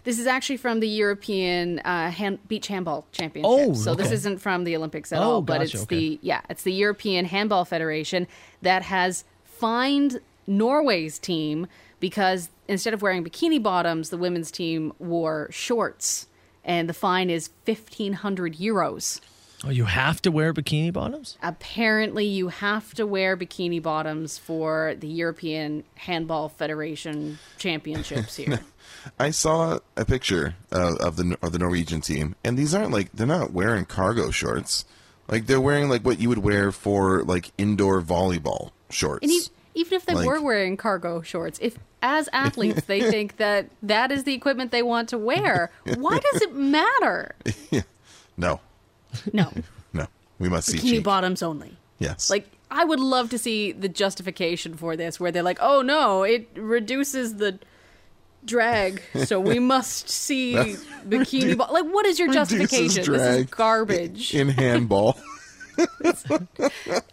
H: This is actually from the European uh, hand, beach handball championship.
N: Oh,
H: so this
N: okay.
H: isn't from the Olympics at
N: Oh,
H: all, but
N: gotcha,
H: it's
N: okay.
H: the yeah, it's the European Handball Federation that has fined Norway's team because instead of wearing bikini bottoms, the women's team wore shorts, and the fine is fifteen hundred euros.
D: Oh, you have to wear bikini bottoms?
H: Apparently, you have to wear bikini bottoms for the European Handball Federation
N: <laughs>
H: championships here.
E: I saw a picture of, of the of the Norwegian team, and these aren't like they're not wearing cargo shorts. Like they're wearing like what you would wear for like indoor volleyball shorts.
H: And e even if they
E: Like-
H: were wearing cargo shorts, if
E: <laughs>
H: as athletes they think that that is the equipment they want to wear, why does it matter?
E: no, <laughs>
H: No,
E: no, we must see.
H: bikini
E: cheek.
H: bottoms only.
E: Yes,
H: Like I would love to see the justification for this, where they're like, "Oh no, it reduces the drag, so
E: <laughs>
H: we must see
E: That's-
H: bikini." Bo-. Like, what is your
E: Reduces
H: justification? This is
E: drag
H: garbage, <laughs>
E: in handball.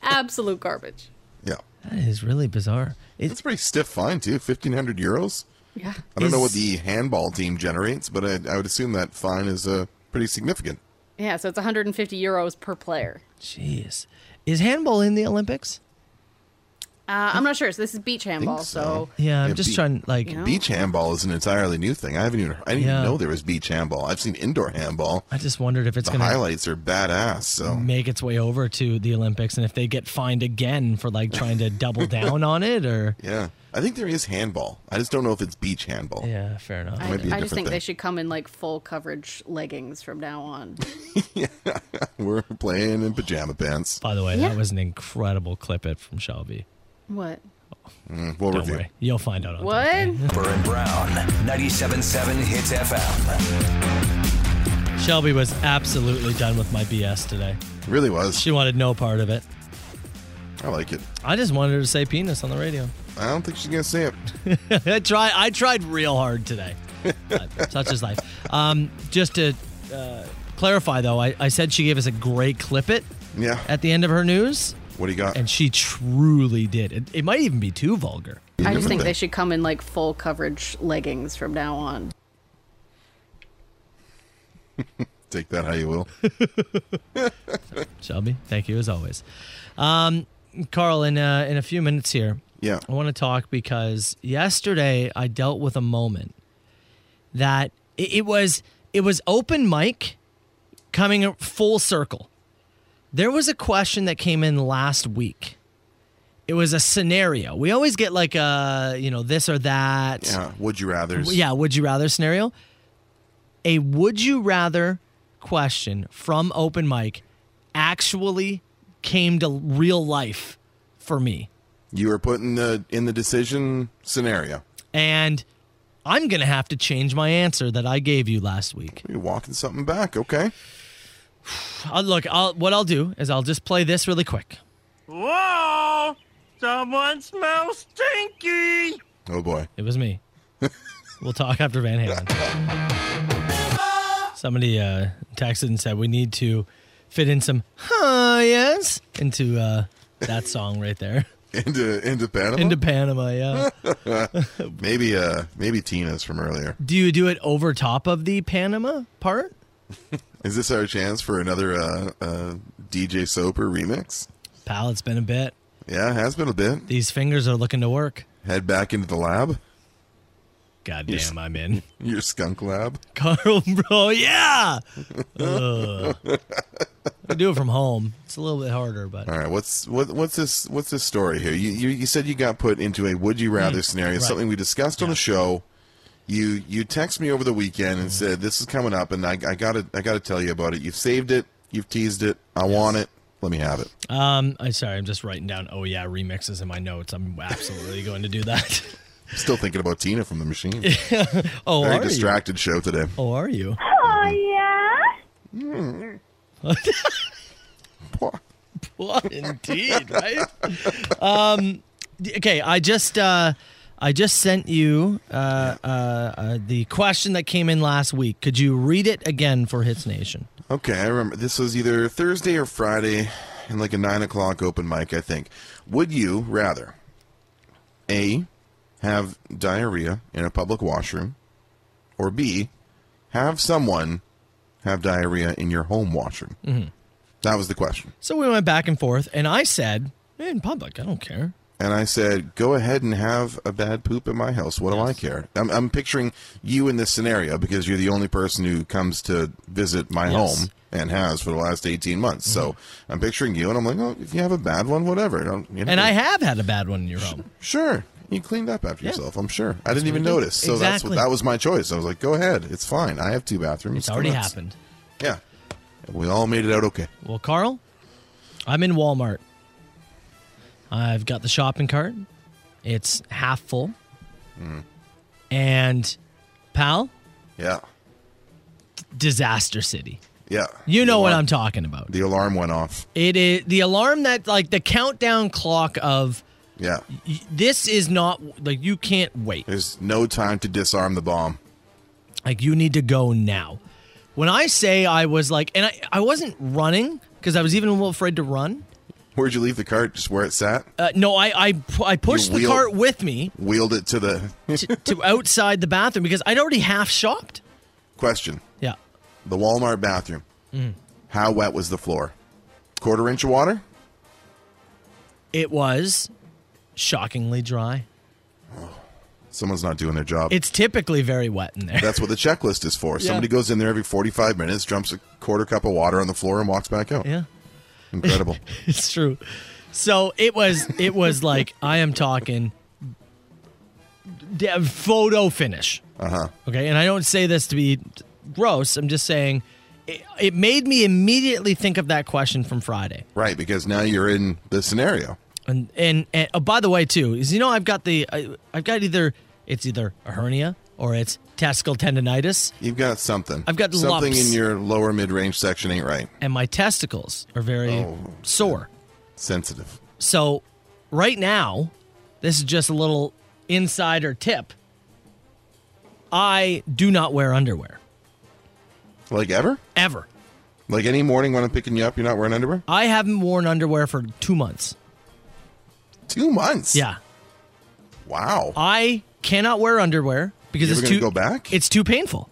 H: absolute garbage.
E: yeah,
D: that is really bizarre. It's,
E: pretty stiff fine too. Fifteen hundred euros.
H: Yeah.
E: I don't know what
D: Is-
E: the handball team generates, but I, I would assume that fine is uh, pretty significant.
H: Yeah, so it's 150 euros per player.
D: Jeez. Is handball in the Olympics?
H: Uh, I'm not sure. So this is beach handball, so.
D: Yeah, I'm just trying, like-
H: You know?
E: beach handball is an entirely new thing. I haven't even I didn't
D: Yeah.
E: even know there was beach handball. I've seen indoor handball.
D: I just wondered if it's
E: the
D: going to
E: highlights are badass. So
D: make its way over to the Olympics and if they get fined again for like trying to <laughs> double down on it or.
E: yeah, I think there is handball. I just don't know if it's beach handball.
D: Yeah, fair enough.
E: It might be a
H: I just think
E: different
H: they should come in like full coverage leggings from now on.
E: thing. We're playing in pajama pants.
D: By the way,
H: Yeah.
D: that was an incredible clip it from Shelby.
H: What?
E: Mm, we'll
D: Don't
E: review.
D: worry. You'll find out on
H: What?
A: Burr and Brown, 97.7 Hits FM.
D: Shelby was absolutely done with my BS today.
E: Really was.
D: She wanted no part of it.
E: I like it.
D: I just wanted her to say penis on the radio. <laughs>
E: I don't think she's gonna say
D: it. I try. I tried real hard <laughs> today. But Such is life. Um, just to uh, clarify, though, I, I said she gave us a great clip it.
E: Yeah.
D: At the end of her news.
E: What do you got?
D: And she truly did. It, it might even be too vulgar.
H: I just think they should come in like full coverage leggings from now on.
E: Take that how you
D: <laughs>
E: will.
D: Shelby, thank you as always. Um, Carl, in uh, in a few minutes here,
E: yeah,
D: I want to talk because yesterday I dealt with a moment that it, it was it was open mic coming full circle. There was a question that came in last week. It was a scenario. We always get like a you know this or that.
E: Yeah, would you rather?
D: Yeah, would you rather scenario? A would you rather question from open mic actually came to real life for me.
E: You were put in the in the decision scenario.
D: And I'm going to have to change my answer that I gave you last week.
E: You're walking something back, okay?
D: I'll, look, I'll, what I'll do is I'll just play this really quick.
B: Whoa! Someone smells stinky!
E: Oh boy. <laughs>
D: It was me. we'll talk after Van Halen. Somebody uh, texted and said we need to fit in some huh yes into uh, that song right there.
E: Into into Panama.
D: Into Panama, <laughs> yeah.
E: maybe uh maybe Tina's from earlier.
D: Do you do it over top of the Panama part?
E: Is this our chance for another uh, uh DJ Soper remix?
D: Pal, it's been a bit.
E: Yeah, it has been a bit.
D: These fingers are looking to work.
E: Head back into the lab.
D: Goddamn,
E: Your-
D: I'm in. <laughs>
E: Your skunk lab.
D: Carl, bro, yeah. Ugh. I do it from home. It's a little bit harder, but
E: All right, what's what what's this what's this story here? You you, you said you got put into a would you rather
D: Mm,
E: scenario,
D: right.
E: something we discussed on the show. You you text me over the weekend and said this is coming up, and I, I gotta I gotta tell you about it. You've saved it, you've teased it. I want it. Let me have it.
D: um, I'm sorry. I'm just writing down. Oh yeah, remixes in my notes. I'm absolutely going to do that. <laughs>
E: Still thinking about Tina from the machine.
D: Oh,
E: very
D: are you?
E: distracted show today.
D: Oh, are you?
B: Oh, yeah?
D: <laughs> What indeed, right? um, d- okay, I just uh, I just sent you uh, uh, uh, the question that came in last week. Could you read it again for Hits Nation?
E: Okay, I remember this was either Thursday or Friday in like a nine o'clock open mic, I think. Would you rather A have diarrhea in a public washroom or B have someone have diarrhea in your home washroom?
D: Mhm.
E: That was the question.
D: So we went back and forth, and I said, "Eh, in public, I don't care.
E: And I said, go ahead and have a bad poop in my house. What do I care? I'm, I'm picturing you in this scenario because you're the only person who comes to visit my
N: Yes.
E: home and has for the last 18 months. So I'm picturing you, and I'm like, oh, if you have a bad one, whatever. Don't- you know,
D: Mm-hmm. And I have had a bad one in your home.
E: Sure. You cleaned up after
D: Yeah.
E: yourself, I'm sure. I
D: That's
E: didn't
D: what
E: even
D: we do.
E: notice. So that's what,
D: Exactly.
E: that was my choice. I was like, go ahead. It's fine. I have two bathrooms.
D: It's already
E: Come on.
D: happened.
E: Yeah. We all made it out okay.
D: Well, Carl, I'm in Walmart. I've got the shopping cart. It's half full. And, pal,
E: Yeah.
D: disaster city.
E: Yeah.
D: You know what I'm talking about.
E: The alarm went off.
D: It is the alarm that like the countdown clock of
E: Yeah.
D: y- this is not like you can't wait.
E: There's no time to disarm the bomb.
D: Like you need to go now. When I say I was like and I I wasn't running because I was even a little afraid to run.
E: Where'd you leave the cart? Just where it sat?
D: Uh, no, I I pu- I pushed the
E: wheeled-
D: cart with me
E: Wheeled it
D: <laughs>
E: to the
D: to, to outside the bathroom because I'd already half shopped.
E: question.
D: Yeah.
E: The Walmart bathroom.
D: Mm.
E: How wet was the floor? Quarter inch of water?
D: It was shockingly dry.
E: Someone's not doing their job.
D: It's <laughs> typically very wet in there.
E: That's what the checklist is for.
D: Yeah.
E: Somebody goes in there every 45 minutes, jumps a quarter cup of water on the floor, and walks back out.
D: <laughs> Yeah.
E: Incredible.
D: <laughs> it's true. So it was it was like I am talking d- photo finish.
E: Uh huh.
D: Okay, and I don't say this to be gross. I'm just saying it, it made me immediately think of that question from Friday.
E: Right, because now you're in the scenario.
D: And and, and oh, by the way, too is you know I've got the I, I've got either it's either a hernia or it's testicle tendonitis,
E: You've got something.
D: I've got
E: something
D: lumps.
E: in your lower mid range section ain't right.
D: and my testicles are very
E: Oh,
D: sore.
E: Sensitive.
D: So, right now, this is just a little insider tip. I do not wear underwear
E: Like ever?
D: ever.
E: Like any morning when I'm picking you up, you're not wearing underwear?
D: I haven't worn underwear for two months.
E: Two months?
D: Yeah.
E: Wow.
D: I cannot wear underwear because
E: You ever
D: it's
E: gonna
D: too
E: go back?
D: It's too painful.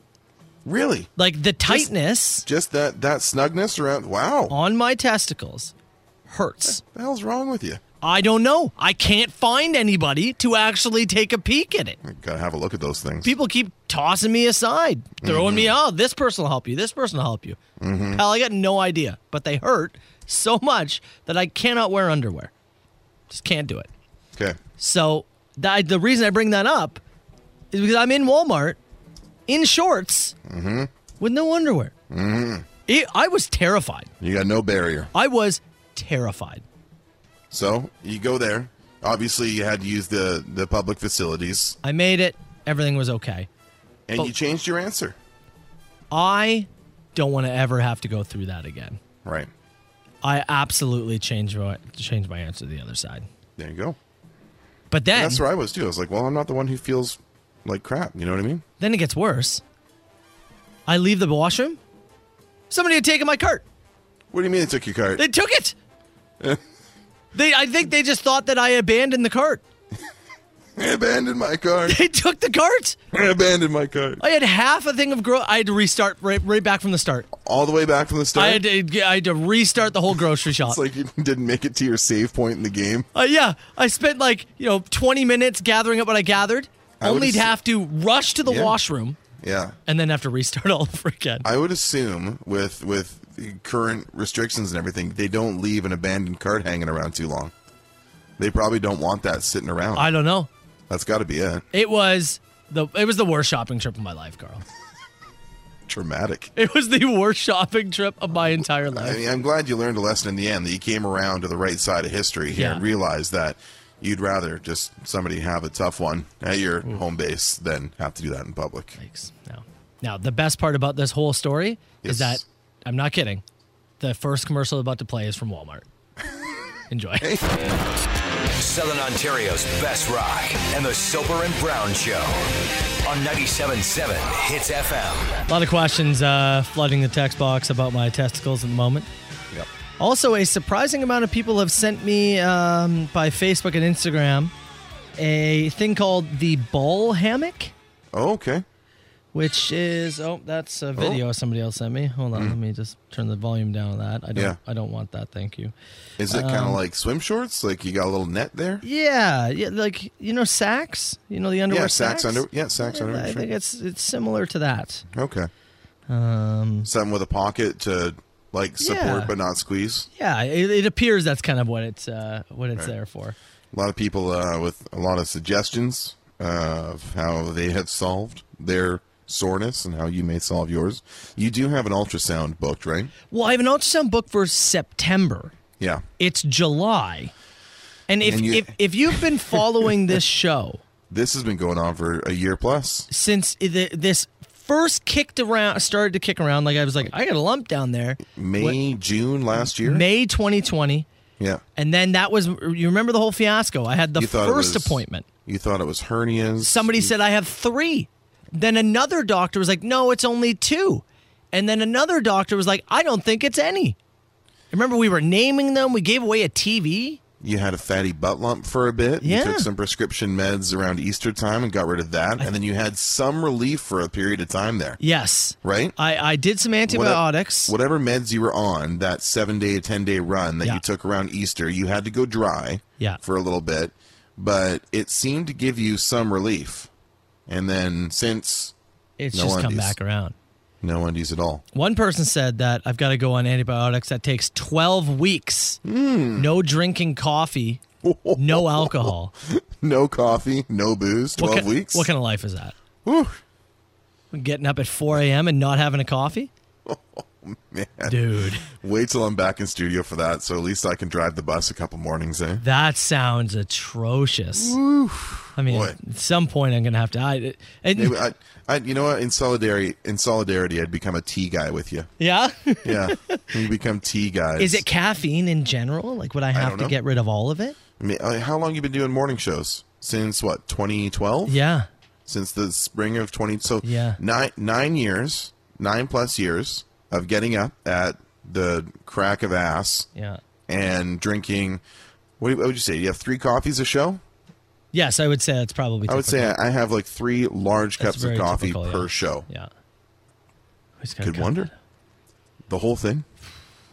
E: Really?
D: Like the tightness
E: Just that that snugness around. Wow.
D: on my testicles hurts.
E: What the hell's wrong with you?
D: I don't know. I can't find anybody to actually take a peek at it.
E: Gotta have a look at those things.
D: People keep tossing me aside, throwing me out. This person will help you. This person will help you.
E: Mhm.
D: Pal, I got no idea, but they hurt so much that I cannot wear underwear. Just can't do it.
E: Okay.
D: So that, the reason I bring that up is because I'm in Walmart in shorts
E: Mm
D: with no underwear.
E: hmm. Mm hmm.
D: It, I was terrified.
E: You got no barrier.
D: I was terrified.
E: So you go there. Obviously, you had to use the, the public facilities,
D: I made it. Everything was okay.
E: and you changed your answer.
D: I don't want to ever have to go through that again.
E: Right.
D: I absolutely changed my changed my answer to the other side.
E: There you go.
D: But then
E: And that's where I was too. I was like, well, I'm not the one who feels like crap. You know what I mean?
D: Then it gets worse. I leave the washroom. Somebody had taken my cart.
E: What do you mean they took your cart?
D: They took
E: <laughs>
D: it. they, I think they just thought that I abandoned the cart. <laughs>
E: I abandoned my cart.
D: They took the cart.
E: I abandoned my cart.
D: I had half a thing of gro. I had to restart right, right back from the start.
E: All the way back from the start.
D: I had to, I had to restart the whole grocery shop.
E: it's like you <laughs> didn't make it to your save point in the game.
D: Uh, yeah, I spent like you know 20 minutes gathering up what I gathered,
E: I would
D: only to
E: assu-
D: have to rush to the
E: Yeah.
D: washroom
E: Yeah.
D: and then have to restart <laughs> all over again.
E: I would assume with with the current restrictions and everything, they don't leave an abandoned cart hanging around too long. They probably don't want that sitting around.
D: I don't know.
E: That's got to be it.
D: It was the it was the worst shopping trip of my life, Carl. <laughs>
E: Traumatic.
D: It was the worst shopping trip of my entire life.
E: I mean, I'm glad you learned a lesson in the end that you came around to the right side of history here
D: Yeah.
E: and realized that you'd rather just somebody have a tough one at your home base than have to do that in public.
D: Thanks. No. Now, the best part about this whole story is that I'm not kidding. The first commercial about to play is from
E: <laughs>
D: Walmart. Enjoy.
A: Southern Ontario's best rock and the Soper and Brown Show on 97.7 Hits FM.
D: A lot of questions uh, flooding the text box about my testicles at the moment.
E: Yep.
D: Also, a surprising amount of people have sent me um, by Facebook and Instagram a thing called the ball hammock.
E: Oh, okay.
D: which is oh, that's a video somebody else sent me. Hold on, let me just turn the volume down on that. I don't,
E: Mm-hmm. Yeah.
D: I don't want that. Thank you.
E: Is it kind
D: Um,
E: of like swim shorts? Like you got a little net there?
D: Yeah, yeah, like you know sacks. You know the underwear.
E: yeah, sacks under. Yeah, sacks under.
D: I
E: sure.
D: think it's it's similar to that.
E: Okay.
D: Um,
E: Something with a pocket to like support
D: Yeah.
E: but not squeeze.
D: Yeah, it, it appears that's kind of what it's uh, what it's
E: Right.
D: there for.
E: A lot of people uh, with a lot of suggestions uh, of how they have solved their soreness and how you may solve yours. You do have an ultrasound booked, right?
D: Well, I have an ultrasound book for September.
E: Yeah.
D: It's July, and if
E: And you-
D: if, if you've been following this <laughs> show
E: This has been going on for a year plus.
D: since i- the, this first kicked around, started to kick around, like I was like, I got a lump down there.
E: May, June last year.
D: May 2020,
E: Yeah.
D: and then that was you remember the whole fiasco. I had the
E: You thought it
D: first
E: was-
D: appointment.
E: You thought it was hernias.
D: Somebody said I have three. Then another doctor was like, "No, it's only two. And then another doctor was like, "I don't think it's any." Remember, we were naming them. We gave away a TV.
E: You had a fatty butt lump for a bit. You
D: Yeah.
E: took some prescription meds around Easter time and got rid of that. And then you had some relief for a period of time there,
D: Yes,
E: right?
D: I I did some antibiotics.
E: Whatever, meds you were on, that seven day, 10 day run that
D: Yeah.
E: you took around Easter, you had to go dry
D: Yeah.
E: for a little bit, but it seemed to give you some relief. And then since
D: It's
E: no
D: just come
E: undies.
D: back around.
E: No undies at all. <laughs>
D: One person said that I've got to go on antibiotics. That takes 12 weeks.
E: Hmm.
D: No drinking coffee, no alcohol.
E: <laughs> No coffee, no booze, 12
D: what ki-
E: weeks.
D: What kind of life is that? Getting up at 4 a.m. and not having a coffee?
E: <laughs> Man.
D: Dude.
E: Wait till I'm back in studio for that, so at least I can drive the bus a couple mornings, eh?
D: That sounds atrocious. I mean,
E: Boy.
D: at some point I'm going to have to. I, it- it-
E: Maybe I, I, you know what? In solidarity, in solidarity, I'd become a tea guy with you.
D: yeah? <laughs>
E: Yeah, you become tea guys.
D: is it caffeine in general? Like, would I
E: I
D: have
E: don't
D: to
E: know.
D: get rid of all of it?
E: I mean, uh, how long you been doing morning shows? Since what? 2012?
D: Yeah.
E: Since the spring of 20. So
D: Yeah.
E: nine nine years, nine plus years of getting up at the crack of ass
D: Yeah.
E: and drinking. What, do you- what would you say? You have three coffees a show?
D: Yes, I would say that's probably.
E: I would say I I have like three large
D: That's
E: cups of
D: very
E: coffee
D: typical, yeah.
E: per show.
D: Yeah.
E: Could wonder. The whole thing.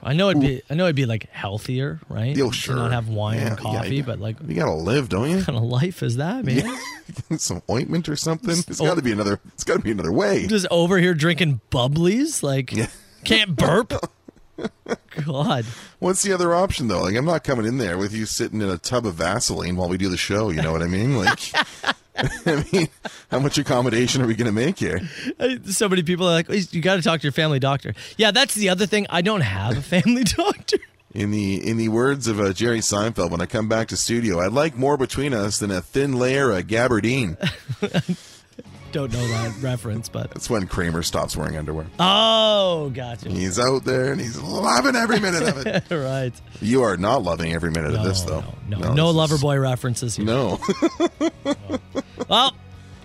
D: I know it'd be I know it'd be like healthier, right?
E: Yeah,
D: To
E: sure.
D: not have wine
E: Yeah,
D: and
E: yeah,
D: coffee,
E: yeah.
D: but like
E: You gotta live, don't you? What <laughs>
D: kind of life is that, man?
E: Some ointment or something. It's gotta be another. It's gotta be another way. <laughs>
D: Just over here drinking bubblies, like can't burp. God.
E: What's the other option though? Like I'm not coming in there with you sitting in a tub of Vaseline while we do the show. You know what I mean? Like,
D: <laughs>
E: <laughs> I mean, how much accommodation are we gonna make here?
D: I- So many people are like, "Oh, you got to talk to your family doctor. Yeah, that's the other thing. I don't have a family <laughs> doctor.
E: In the in the words of uh, Jerry Seinfeld, when I come back to studio, I'd like more between us than a thin layer of gabardine.
D: Don't know that reference, but
E: That's when Kramer stops wearing underwear.
D: oh, gotcha.
E: He's out there and he's loving every minute of it.
D: <laughs> right.
E: You are not loving every minute of
D: No,
E: this though.
D: No, no lover boy references here.
E: No.
D: Well,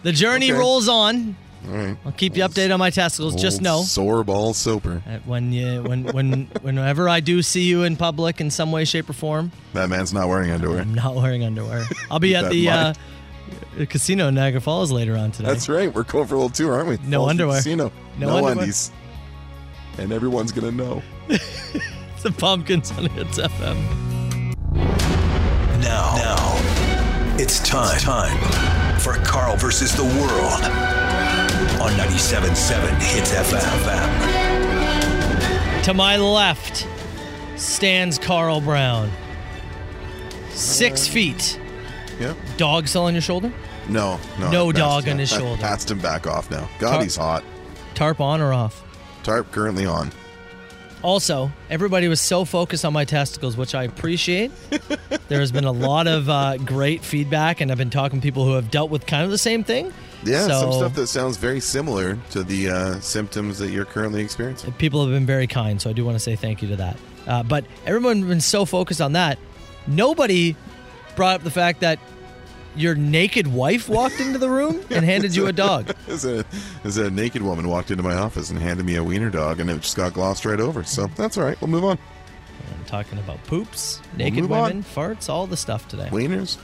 D: the journey
E: Okay.
D: rolls on.
E: All right.
D: I'll keep you updated on my testicles. <laughs> Just
E: Old
D: know
E: Sore ball soaper.
D: that when you when when whenever I do see you in public in some way, shape, or form,
E: That man's not wearing underwear.
D: I'm not wearing
E: <laughs>
D: underwear. I'll be
E: Keep
D: at
E: that
D: the
E: in
D: uh,
E: mind.
D: casino in Niagara Falls later on today.
E: That's right. We're going for a little tour, aren't we?
D: No
E: Falls
D: underwear.
E: Casino.
D: No
E: No,
D: underwear.
E: undies. And everyone's gonna know.
D: It's <laughs> the pumpkins on Hits FM.
A: Now, now, it's time, time for Carl versus the world on 97.7 Hits FM.
D: To my left stands Carl Brown. Six feet.
E: Uh, Yeah.
D: Dog still on your shoulder?
E: No,
D: No
E: no. I passed-
D: dog
E: yeah,
D: on his
E: I <laughs>
D: shoulder.
E: Passed him back off now. God,
D: Tar-
E: he's hot.
D: Tarp on or off?
E: Tarp currently on.
D: Also, everybody was so focused on my testicles, which I
E: <laughs>
D: appreciate. there has been a lot of uh, great feedback, and I've been talking to people who have dealt with kind of the same thing.
E: Yeah,
D: so
E: some stuff that sounds very similar to the uh, symptoms that you're currently
D: <laughs>
E: experiencing.
D: people have been very kind, so I do want to say thank you to that. Uh, but everyone's been so focused on that. Nobody brought up the fact that your naked wife walked into the room
E: <laughs>
D: and handed you a dog.
E: There's a, there's a naked woman walked into my office and handed me a wiener dog, and it just got glossed right over. So that's all right. We'll move on.
D: I'm talking about poops, naked
E: move on.
D: women, farts, all the stuff today.
E: Wieners,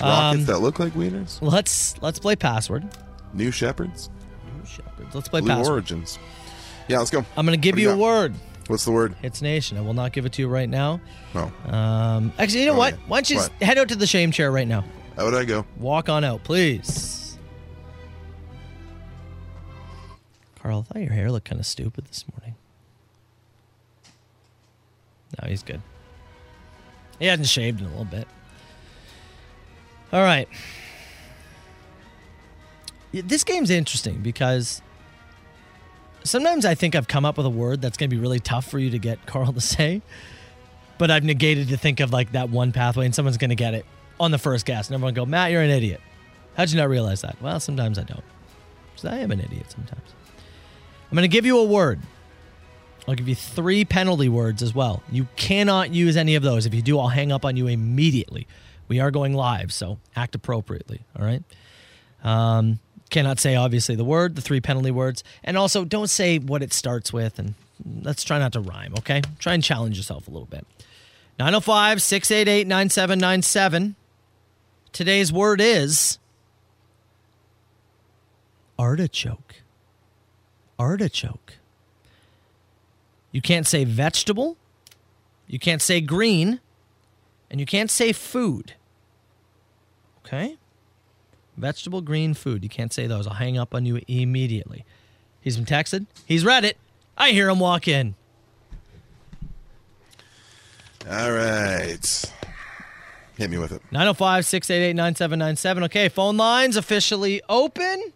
E: rockets
D: Um,
E: that look like wieners,
D: Let's let's play password.
E: new shepherds.
D: shepherds. Let's play Um,
E: Blue
D: password.
E: Origins. Yeah, let's go.
D: I'm going to give
E: What do
D: you a
E: got?
D: word.
E: What's the word? Oh,
D: It's nation. I will not give it to you right now.
E: No.
D: Um, actually, you know what? Why don't you just head out to the shame chair right now?
E: How would I go?
D: Walk on out, please. Carl, I thought your hair looked kind of stupid this morning. No, he's good. He hasn't shaved in a little bit. All right. Yeah, This game's interesting because sometimes I think I've come up with a word that's going to be really tough for you to get Carl to <laughs> say, but I've negated to think of like that one pathway and someone's going to get it on the first guess. And everyone go, Matt, you're an idiot. How'd you not realize that? Well, sometimes I don't. Because I am an idiot sometimes. I'm going to give you a word. I'll give you three penalty words as well. You cannot use any of those. If you do, I'll hang up on you immediately. We are going live, so act appropriately. All right. Um, cannot say obviously the word, the three penalty words, and also don't say what it starts with. And let's try not to rhyme. Okay. Try and challenge yourself a little bit. 905 688 9797. Today's word is artichoke. Artichoke. You can't say vegetable. You can't say green. And you can't say food. Okay? Vegetable, green, food. You can't say those. I'll hang up on you immediately. He's been texted. He's read it. I hear him walk in.
E: All right. Hit me with it.
D: 905 688 9797. Okay, phone lines officially open.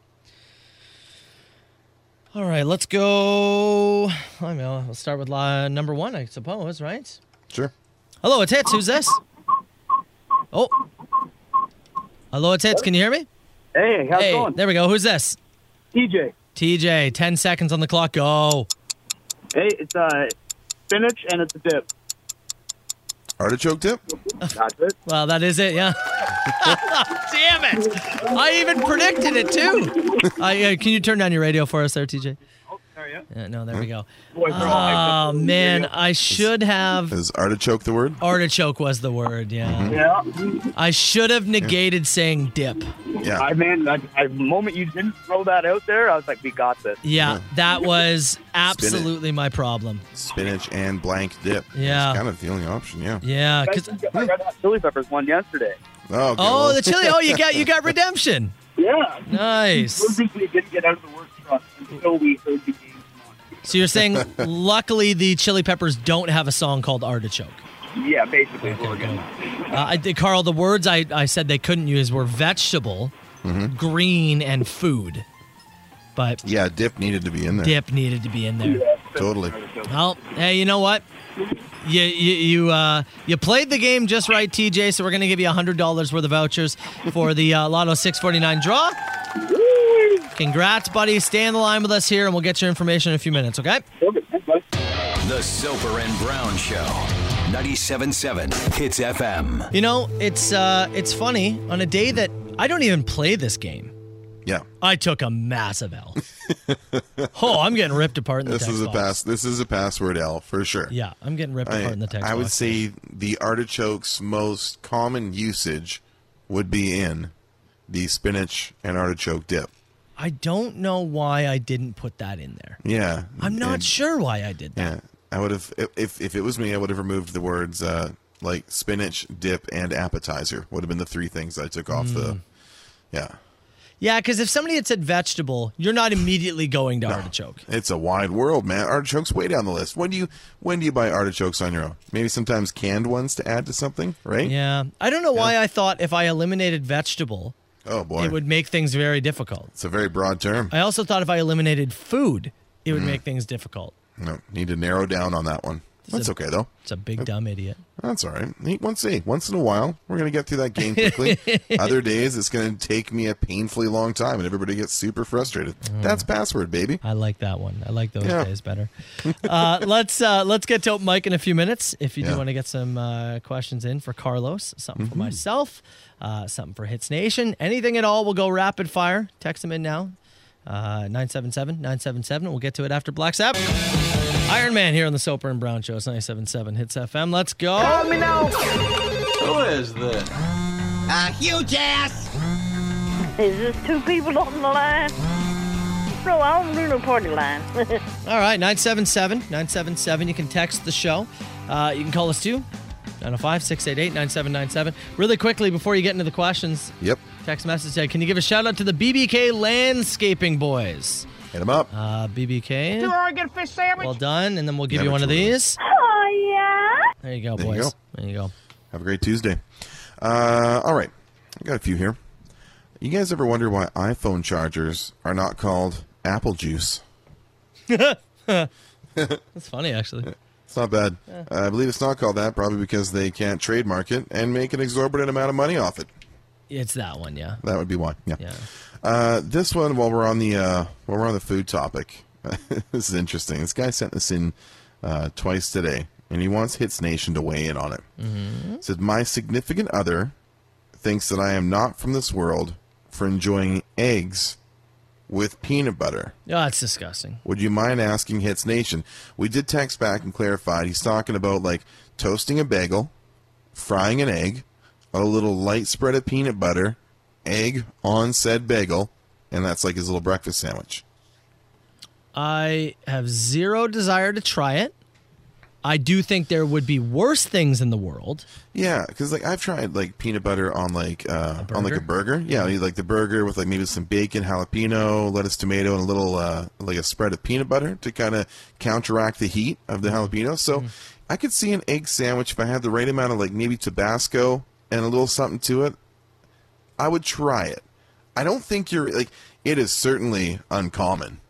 D: All right, let's go. I don't know. Let's start with line number one, I suppose, right?
E: Sure.
D: Hello, it's Hits. Who's this? Oh. Hello, it's Hits. Can you hear me?
N: Hey, how's it
D: hey,
N: going?
D: There we go. Who's this?
N: TJ.
D: TJ, 10 seconds on the clock. Go.
N: Hey, it's uh, spinach and it's a dip.
E: Artichoke dip?
N: That's it.
D: Well, that is it, yeah. <laughs> Damn it! I even predicted it too. uh, yeah, can you turn down your radio for us there, TJ? Yeah, no, Oh, there we go. Oh man, I should have.
E: Is artichoke the word?
D: Artichoke was the word. Yeah.
N: Yeah.
D: I should have negated saying dip.
E: Yeah.
N: I mean, I, I, the moment you didn't throw that out there, I was like, we got this.
D: Yeah, that was absolutely my problem.
E: Spinach and blank dip.
D: Yeah.
E: It's kind of the only option, yeah.
D: Yeah. 'cause-
N: I got that chili peppers one yesterday.
E: Oh,
D: oh, the chili. Oh, you got you got redemption.
N: Yeah.
D: Nice.
N: Basically, didn't get out of the work truck until we heard the game.
D: So you're saying, luckily, the Chili Peppers don't have a song called Artichoke.
N: Yeah, basically, we were good.
D: Uh, I, think, Carl, the words I, I said they couldn't use were vegetable, green, and food. But
E: Yeah, dip needed to be in there.
D: dip needed to be in there.
E: Totally.
D: Well, hey, you know what? You you you, uh, you played the game just right, TJ. So we're gonna give you hundred dollars worth of vouchers for the uh, Lotto 649 draw. Congrats, buddy! Stay on the line with us here, and we'll get your information in a few minutes. Okay?
A: The Soper and Brown Show. 97.7 Hits FM.
D: You know, it's uh, it's funny on a day that I don't even play this game.
E: Yeah.
D: I took a massive L. <laughs> oh, I'm getting ripped apart in the
E: This
D: text
E: is a
D: box.
E: pass. This is a password L for sure.
D: Yeah, I'm getting ripped apart in the text
E: I would
D: box.
E: say the artichoke's most common usage would be in the spinach and artichoke dip.
D: I don't know why I didn't put that in there.
E: Yeah,
D: I'm not
E: and-
D: sure why I did that.
E: Yeah, I would have if- if if it was me, I would have removed the words uh, like spinach dip and appetizer. Would have been the three things I took off the.
D: Mm.
E: Yeah,
D: Yeah, because if somebody had said vegetable, you're not immediately going to artichoke.
E: it's a wide world, man. Artichokes way down the list. When do you when do you buy artichokes on your own? Maybe sometimes canned ones to add to something, right?
D: Yeah. I don't know why I thought if I eliminated vegetable,
E: Oh boy,
D: it would make things very difficult.
E: it's a very broad term.
D: I also thought if I eliminated food, it
E: Mm.
D: would make things difficult.
E: No, need to narrow down on that one. That's
D: a-
E: okay though.
D: It's a big dumb idiot.
E: That's all right. Hey, Once, hey, once in a while, we're going to get through that game quickly.
D: <laughs>
E: Other days, it's going to take me a painfully long time, and everybody gets super frustrated.
D: Mm.
E: That's password, baby.
D: I like that one. I like those
E: Yeah.
D: days better. Uh, <laughs> let's uh, let's get to open mic in a few minutes. If you do
E: Yeah.
D: want to get some uh, questions in for Carlos, something for
E: Mhm.
D: myself, uh, something for Hits Nation, anything at all, we'll go rapid fire. Text them in now. Uh, 977-977. We'll get to it after Black Sap. Iron Man here on the Soper and Brown Show. It's 977 Hits FM. Let's go.
B: Call me now.
D: Who is this?
G: A huge ass! Is this two people on the line? Bro, I don't do no party line.
D: All right, 977 977. You can text the show. Uh, you can call us too 905 688 9797. Really quickly, before you get into the questions,
E: Yep.
D: text message said, Can you give a shout out to the BBK Landscaping Boys?
E: Hit them up.
D: Uh, BBK.
B: Do I get a fish sandwich?
D: Well done. And then we'll give
E: Yeah,
D: you one
E: which
D: of
E: one?
D: these.
B: oh, yeah.
D: There you go,
E: There you
D: boys.
E: go.
D: There you go.
E: Have a great Tuesday. Uh, all right. I got a few here. You guys ever wonder why iPhone chargers are not called apple juice?
D: That's funny, actually.
E: It's not bad. Uh, I believe it's not called that probably because they can't trademark it and make an exorbitant amount of money off it.
D: It's that one, yeah.
E: That would be why. Yeah. Uh, this one, while we're on the uh, while we're on the food topic, <laughs> this is interesting. This guy sent this in uh, twice today, and he wants Hits Nation to weigh in on it. It Said my significant other thinks that I am not from this world for enjoying eggs with peanut butter.
D: Oh, it's disgusting.
E: Would you mind asking Hits Nation? We did text back and clarified. He's talking about like toasting a bagel, frying an egg, a little light spread of peanut butter, egg on said bagel, and that's like his little breakfast sandwich.
D: I have zero desire to try it. I do think there would be worse things in the world.
E: Yeah, because like I've tried like peanut butter on like uh, on like a burger. Mm-hmm. Yeah, you like the burger with like maybe some bacon, jalapeno, lettuce, tomato, and a little uh, like a spread of peanut butter to kind of counteract the heat of the jalapeno. So I could see an egg sandwich if I had the right amount of like maybe Tabasco and a little something to it. I would try it. I don't think you're like it is certainly uncommon,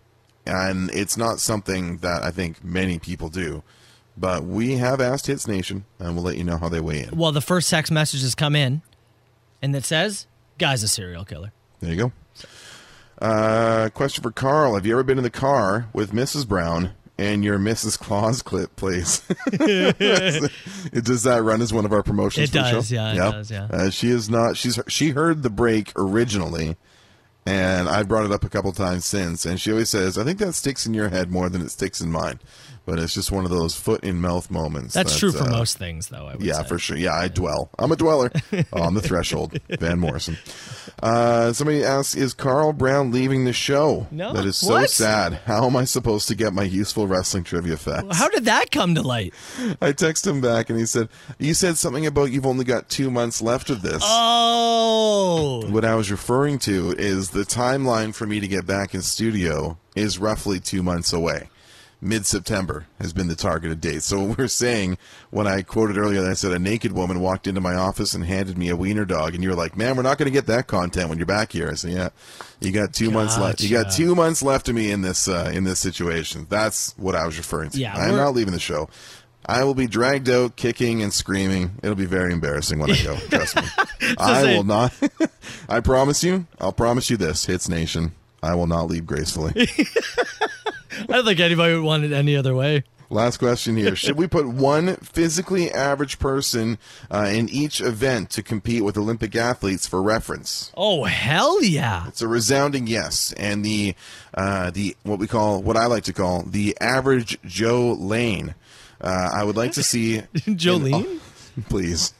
E: and it's not something that I think many people do. But we have asked Hits Nation, and we'll let you know how they weigh in.
D: Well, the first text messages come in, and it says, "Guy's a serial killer."
E: There you go. Uh, question for Carl: Have you ever been in the car with Mrs. Brown and your Mrs. Claus
D: <laughs>
E: clip plays? <laughs> does that run as one of our promotions?
D: It
E: for the
D: does,
E: show?
D: yeah, it does, yeah.
E: Uh, she is not. She's she heard the break originally, and I brought it up a couple times since, and she always says, "I think that sticks in your head more than it sticks in mine." But it's just one of those foot in mouth moments.
D: That's
E: that,
D: true for
E: uh,
D: most things, though. I would
E: yeah,
D: say.
E: for sure. Yeah, I dwell. I'm
D: <laughs>
E: a dweller on the threshold. Van Morrison. Uh, somebody asks, "Is Carl Brown leaving the show?"
D: No.
E: That is so
D: What?
E: sad. How am I supposed to get my useful wrestling trivia facts?
D: How did that come to light?
E: I texted him back, and he said, "You said something about you've only got two months left of this."
D: Oh,
E: What I was referring to is the timeline for me to get back in studio is roughly two months away. Mid September has been the targeted date. So <laughs> we're saying when I quoted earlier that I said a naked woman walked into my office and handed me a wiener dog, and you were like, "Man, we're not going to get that content when you're back here." I said, "Yeah, you got two months left. You got
D: Gotcha.
E: two months left of me in this uh, in this situation." That's what I was referring to.
D: Yeah,
E: I'm
D: we're-
E: not leaving the show. I will be dragged out, kicking and screaming. It'll be very embarrassing when I go. Trust me.
D: <laughs>
E: I
D: say-
E: will not. <laughs> I promise you. I'll promise you this, Hits Nation. I will not leave gracefully.
D: I don't think anybody would want it any other way.
E: Last question here: Should we put one physically average person uh, in each event to compete with Olympic athletes for reference?
D: Oh hell yeah!
E: It's a resounding yes, and the uh, the what we call what I like to call the average Joe Lane. Uh, I would like to see
D: Jolene?
E: <laughs> please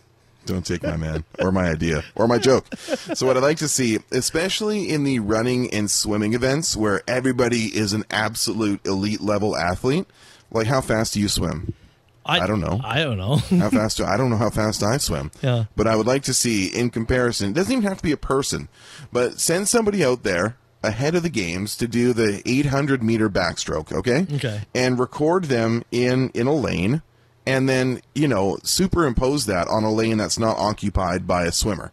E: don't take my man or my idea or my joke. So what I like to see, especially in the running and swimming events where everybody is an absolute elite level athlete, like how fast do you swim?
D: I,
E: don't know.
D: I don't know. <laughs>
E: how fast do I don't know how fast I swim.
D: Yeah.
E: But I would like to see in comparison, it doesn't even have to be a person, but send somebody out there ahead of the games to do the 800 meter backstroke, okay?
D: Okay.
E: And record them in in a lane and then, you know, superimpose that on a lane that's not occupied by a swimmer.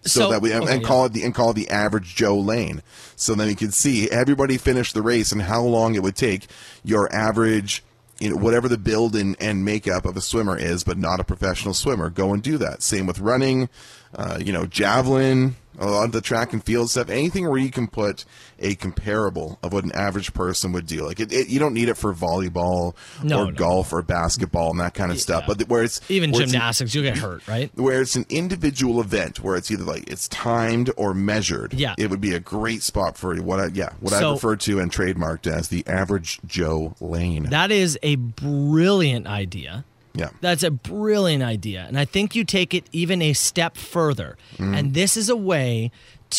E: So,
D: So-
E: that we and
D: okay,
E: call it the and call it the average Joe lane. So then you can see everybody finish the race and how long it would take your average, you know, whatever the build and, and makeup of a swimmer is, but not a professional swimmer. Go and do that. Same with running, uh, you know, javelin, a lot of the track and field stuff. Anything where you can put a comparable of what an average person would do. Like it, it you don't need it for volleyball
D: No,
E: or
D: no.
E: golf or basketball and that kind of stuff. But where it's
D: Even
E: where it's an-
D: gymnastics, you'll get hurt, right?
E: where it's an individual event where it's either like it's timed or measured.
D: Yeah.
E: It would be a great spot for what I yeah, what I
D: So-
E: refer to and trademarked as the average Joe Lane.
D: That is a brilliant idea.
E: yeah.
D: That's a brilliant idea. And I
E: Mm.
D: think you take it even a step further. And this is a way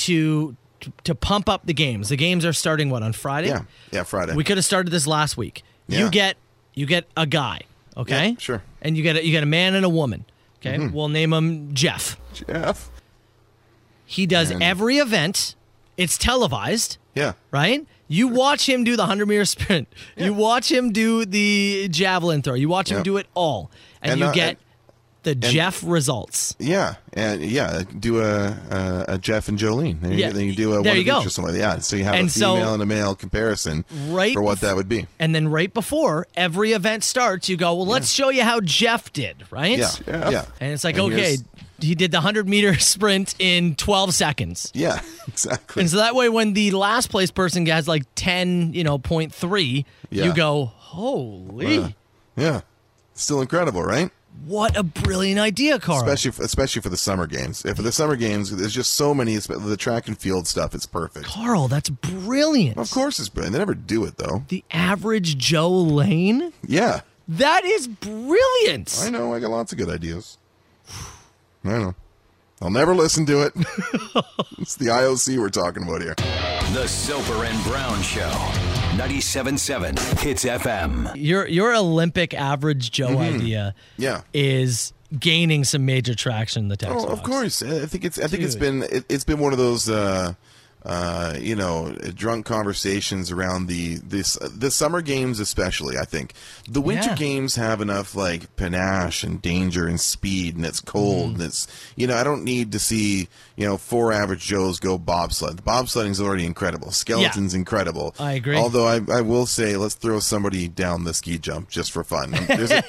D: to t- to pump up the games. The games are starting what on Friday.
E: Yeah. Yeah, Friday.
D: We could have started this last week.
E: Yeah.
D: You get you get a guy, okay?
E: Yeah, sure.
D: And you get a, you get a man and a woman. Okay,
E: Mhm.
D: we'll name him Jeff.
E: Jeff.
D: He does
E: And-
D: every event. It's televised.
E: Yeah.
D: Right. You watch him do the hundred meter <laughs> sprint. You watch him do the javelin throw. You watch him
E: Yeah.
D: do it all, and,
E: And,
D: you
E: uh,
D: get the Jeff results.
E: Yeah, and yeah, do a a, a Jeff and Jolene. Then you,
D: Yeah,
E: then you do a
D: there
E: one
D: you
E: of
D: go.
E: each or something. Yeah, so you have a
D: And so-
E: female and a male comparison,
D: Right
E: For what that would be.
D: And then right before every event starts, you go, well, let's show you how Jeff did, right?
E: Yeah, yeah. Yeah.
D: And it's like,
E: And
D: okay,
E: here's-
D: he did the 100 meter <laughs> sprint in 12 seconds.
E: Yeah, <laughs> exactly.
D: And so that way, when the last place person has like 10, you know, point three,
E: Yeah.
D: you go, holy,
E: Wow. yeah, still incredible, right?
D: what a brilliant idea, Carl.
E: Especially for, especially for the summer games. If for the summer games, there's just so many. espe- The track and field stuff is perfect.
D: Carl, that's brilliant.
E: Of course, it's brilliant. They never do it though.
D: The average Joe Lane?
E: Yeah,
D: That is brilliant.
E: I know. I got lots of good ideas. I know. I'll never listen to it. <laughs> it's the IOC we're talking about here.
A: The Soper and Brown Show. 97.7 Hits FM.
D: Your your Olympic average Joe
E: Mm-hmm.
D: idea
E: yeah.
D: is gaining some major traction in the text.
E: Oh, of course. I I think it's. I think it's
D: Dude.
E: been. It, it's been one of those. Uh, uh, you know, drunk conversations around the this the summer games, especially. I think the winter
D: Yeah.
E: games have enough like panache and danger and speed, and it's
D: Mm.
E: cold, and it's you know I don't need to see you know four average Joes go bobsled. The bobsledding's already incredible. Skeleton's incredible.
D: I agree.
E: Although I, I will say, let's throw somebody down the ski jump just for fun. There's
D: <laughs>
E: a,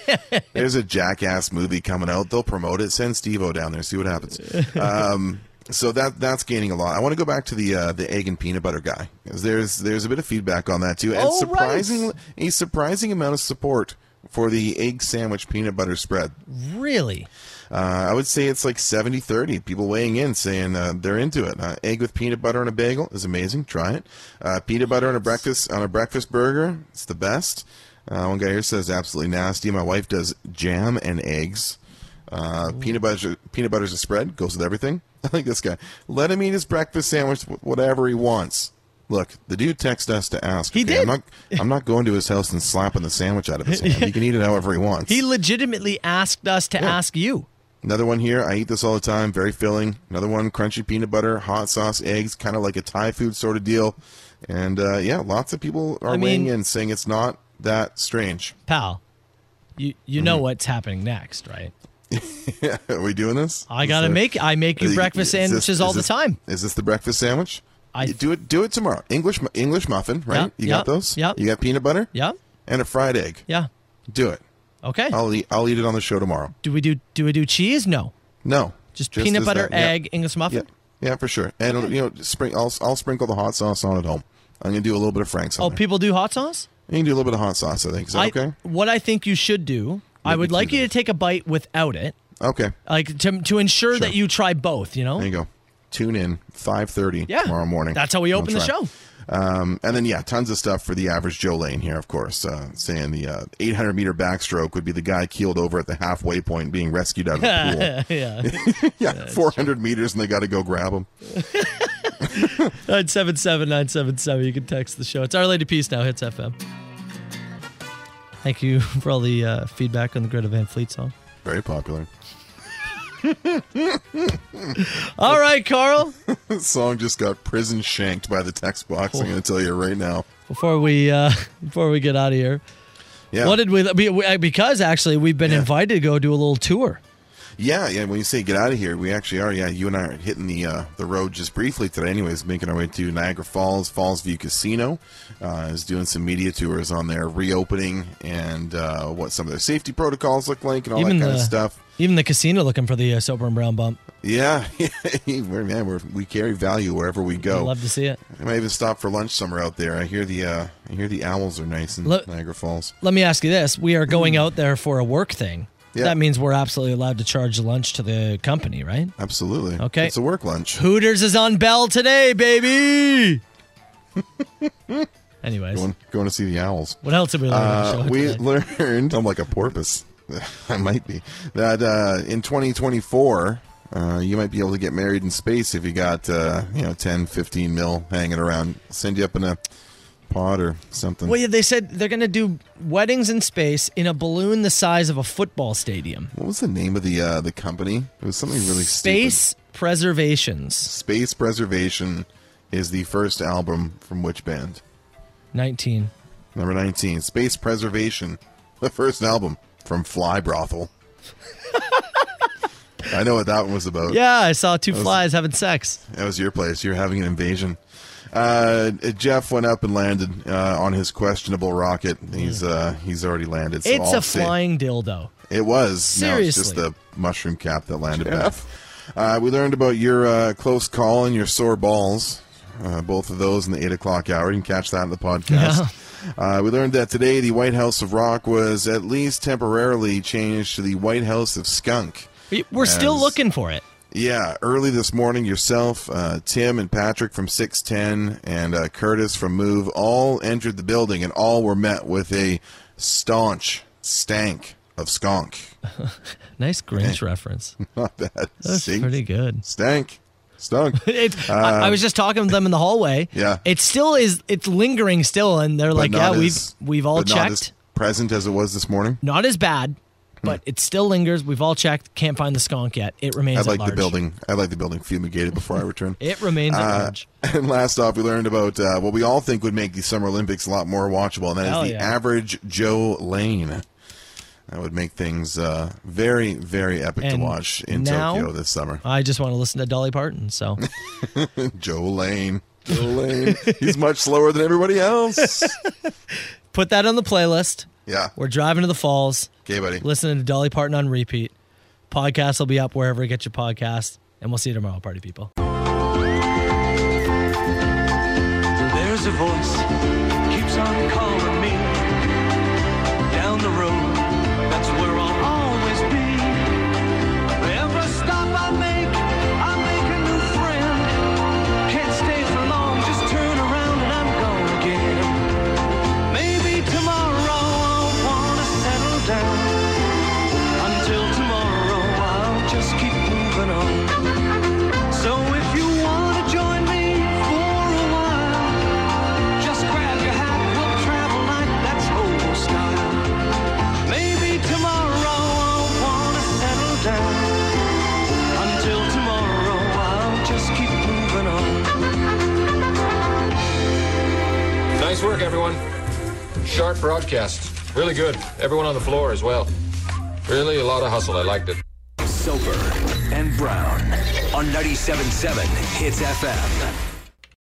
E: there's a jackass movie coming out. They'll promote it. Send Steve-O down there. See what happens. Um, so that that's gaining a lot. I want to go back to the uh, the egg and peanut butter guy. 'cause There's there's a bit of feedback on that too, and
D: Oh, right.
E: surprising a surprising amount of support for the egg sandwich peanut butter spread.
D: Really?
E: Uh, I would say it's like 70 30. People weighing in saying uh, they're into it. Uh, egg with peanut butter on a bagel is amazing. Try it. Uh, peanut butter on a breakfast on a breakfast burger. It's the best. Uh, one guy here says absolutely nasty. My wife does jam and eggs. Uh, peanut butter peanut butter's a spread goes with everything. <laughs> I like this guy. Let him eat his breakfast sandwich wh- whatever he wants. Look, the dude texted us to ask. He did. I'm not, I'm not going to his house and slapping the sandwich out of <laughs> his hand. He can eat it however he wants.
D: He legitimately asked us to ask you.
E: Another one here. I eat this all the time. Very filling. Another one. Crunchy peanut butter, hot sauce, eggs. Kind of like a Thai food sort of deal. And uh, yeah, lots of people are
D: I mean-
E: weighing in saying it's not that strange. <laughs>
D: Pal, you you
E: Mm-hmm.
D: know what's happening next, right?
E: are we doing this?
D: I gotta
E: Is there-
D: make- I make you
E: Is-
D: breakfast
E: is this-
D: sandwiches all
E: is
D: the
E: this-
D: time.
E: Is this the breakfast sandwich?
D: I-
E: You do it. Do it tomorrow. English mu- English muffin, right?
D: Yeah,
E: you got
D: yeah,
E: those.
D: yeah.
E: You got peanut butter.
D: Yeah.
E: And a fried egg.
D: Yeah.
E: Do it.
D: Okay.
E: I'll eat. I'll eat it on the show tomorrow.
D: Do we do do we do cheese? No.
E: No.
D: Just,
E: Just
D: peanut
E: as
D: butter,
E: that, yeah.
D: egg, English muffin.
E: Yeah, yeah, for sure. And you know, spring. I'll, I'll sprinkle the hot sauce on at home. I'm gonna do a little bit of Frank's.
D: Oh,
E: On there.
D: people do hot sauce?
E: You can do a little bit of hot sauce. I think. Is that
D: I-
E: okay?
D: What I think you should do, I would like you to take a bite without it.
E: Okay.
D: Like to to ensure that you try both, you know?
E: There you go. Tune in 5:30
D: Yeah.
E: tomorrow morning.
D: That's how we
E: We'll
D: open the
E: try. <laughs>
D: show. <laughs>
E: Um, and then yeah, tons of stuff for the average Joe Lane here, of course. Uh, saying the uh, 800 meter backstroke would be the guy keeled over at the halfway point, being rescued out
D: <laughs>
E: of the
D: yeah.
E: pool. yeah, 400 meters, and they got to go grab him.
D: 977 977. You can text the show. It's Our Lady Peace now, hits FM. Thank you <laughs> for all the uh, feedback on the Greta Van Fleet song.
E: Very popular. <laughs>
D: All right, Carl.
E: This song just got prison shanked by the text box.
D: Oh.
E: I'm going to tell you right now.
D: Before we uh, <laughs> before we get out of here,
E: Yeah.
D: what did we, we- we- Because actually, we've been invited to go do a little tour.
E: Yeah, yeah. When you say get out of here, we actually are. Yeah, you and I are hitting the uh, the road just briefly today. Anyways, making our way to Niagara Falls, Falls View Casino. Uh, is doing some media tours on their reopening and uh, what some of their safety protocols look like and all that kind of stuff.
D: Even the casino looking for the uh, sober and brown bump.
E: Yeah, <laughs> we're, man, we're, we carry value wherever we go.
D: I'd love to see it.
E: I might even stop for lunch somewhere out there. I hear the uh, I hear the owls are nice in
D: Look-
E: Niagara Falls.
D: Let me ask you this: We are going out there for a work thing.
E: Hmm. Yeah.
D: That means we're absolutely allowed to charge lunch to the company, right?
E: Absolutely.
D: Okay.
E: It's a work lunch.
D: Hooters is on Bell today,
E: <laughs>
D: baby. Anyways,
E: Going, going to see the owls.
D: What else did we learn on the
E: Uh,
D: show
E: we
D: today?
E: <laughs> learned. I'm like a porpoise. I might be that uh, in 2024 Uh, you might be able to get married in space if you got uh, you know 10, 15 mil hanging around. Send you up in a pod or something.
D: Well, yeah, they said they're going to do weddings in space in a balloon the size of a football stadium.
E: What was the name of the uh, the company? It was something really
D: Space
E: stupid.
D: Preservations.
E: Space Preservation is the first album from which band?
D: 19.
E: Number 19, Space Preservation, the first album from Fly Brothel. I know what that one was about.
D: Yeah, I saw two
E: That was-
D: flies having sex.
E: That was your place. You're having an invasion. Uh, Jeff went up and landed uh, on his questionable rocket. He's uh, he's already landed. so
D: it's
E: all
D: a
E: safe.
D: flying dildo.
E: It was. No, it's just
D: Seriously.
E: the mushroom cap that landed back. Uh, we learned about your uh, close call and your sore balls. Uh, both of those in the 8 o'clock hour. You can catch that in the podcast. Uh, we learned that today the White House of Rock was at least temporarily changed to the White House of Skunk.
D: We- We're still
E: As-
D: looking for it.
E: yeah, early this morning, yourself, uh, Tim, and Patrick from 610, and uh, Curtis from Move all entered the building, and all were met with a staunch stank of skunk. <laughs>
D: Nice Grinch reference.
E: Not bad.
D: That's
E: See?
D: pretty good.
E: Stank.
D: <laughs>
E: Stunk.
D: It, I, I was just talking to them in the hallway.
E: Um, Yeah.
D: It still is. It's lingering still, and they're
E: but
D: like, "Yeah,
E: not
D: we've
E: as-
D: we've all
E: but not as Hmm.
D: checked.
E: present as it was this morning.
D: Not as bad, but it still lingers. We've all checked. Can't find the skunk yet. It remains
E: I
D: at
E: like
D: large.
E: the building. I like the building fumigated
D: <laughs>
E: before I return.
D: It remains at
E: Uh,
D: large.
E: <laughs> and last off, we learned about uh, what we all think would make the Summer Olympics a lot more watchable, and that is
D: Hell
E: the
D: yeah.
E: average Joe Lane. That would make things uh, very, very epic
D: And
E: to watch in
D: now-
E: Tokyo this summer.
D: I just want to listen to Dolly Parton.
E: <laughs>
D: So <laughs>
E: Joe Lane. Joe Lane. He's much slower than
D: <laughs>
E: everybody else.
D: put that on the playlist.
E: Yeah.
D: We're driving to the falls.
E: Okay, buddy.
D: Listening to Dolly Parton on repeat. Podcast will be up wherever you get your podcast, and we'll see you tomorrow, party people.
A: There's a voice keeps on calling me down the road. That's where I'll always be. Every stop I make, I make a new friend. Can't stay for long, just turn around and I'm gone again. Maybe tomorrow I'll wanna settle down. Until tomorrow, I'll just keep moving on. So if you wanna join me for a while. Just grab your hat, we'll travel like that's old style. Maybe tomorrow I'll wanna settle down. Until tomorrow, I'll just keep moving on.
F: Nice work, everyone. Sharp broadcast. Really good. Everyone on the floor as well. Really a lot of hustle. I liked it.
O: Soper and Brown on 97.7 Hits FM.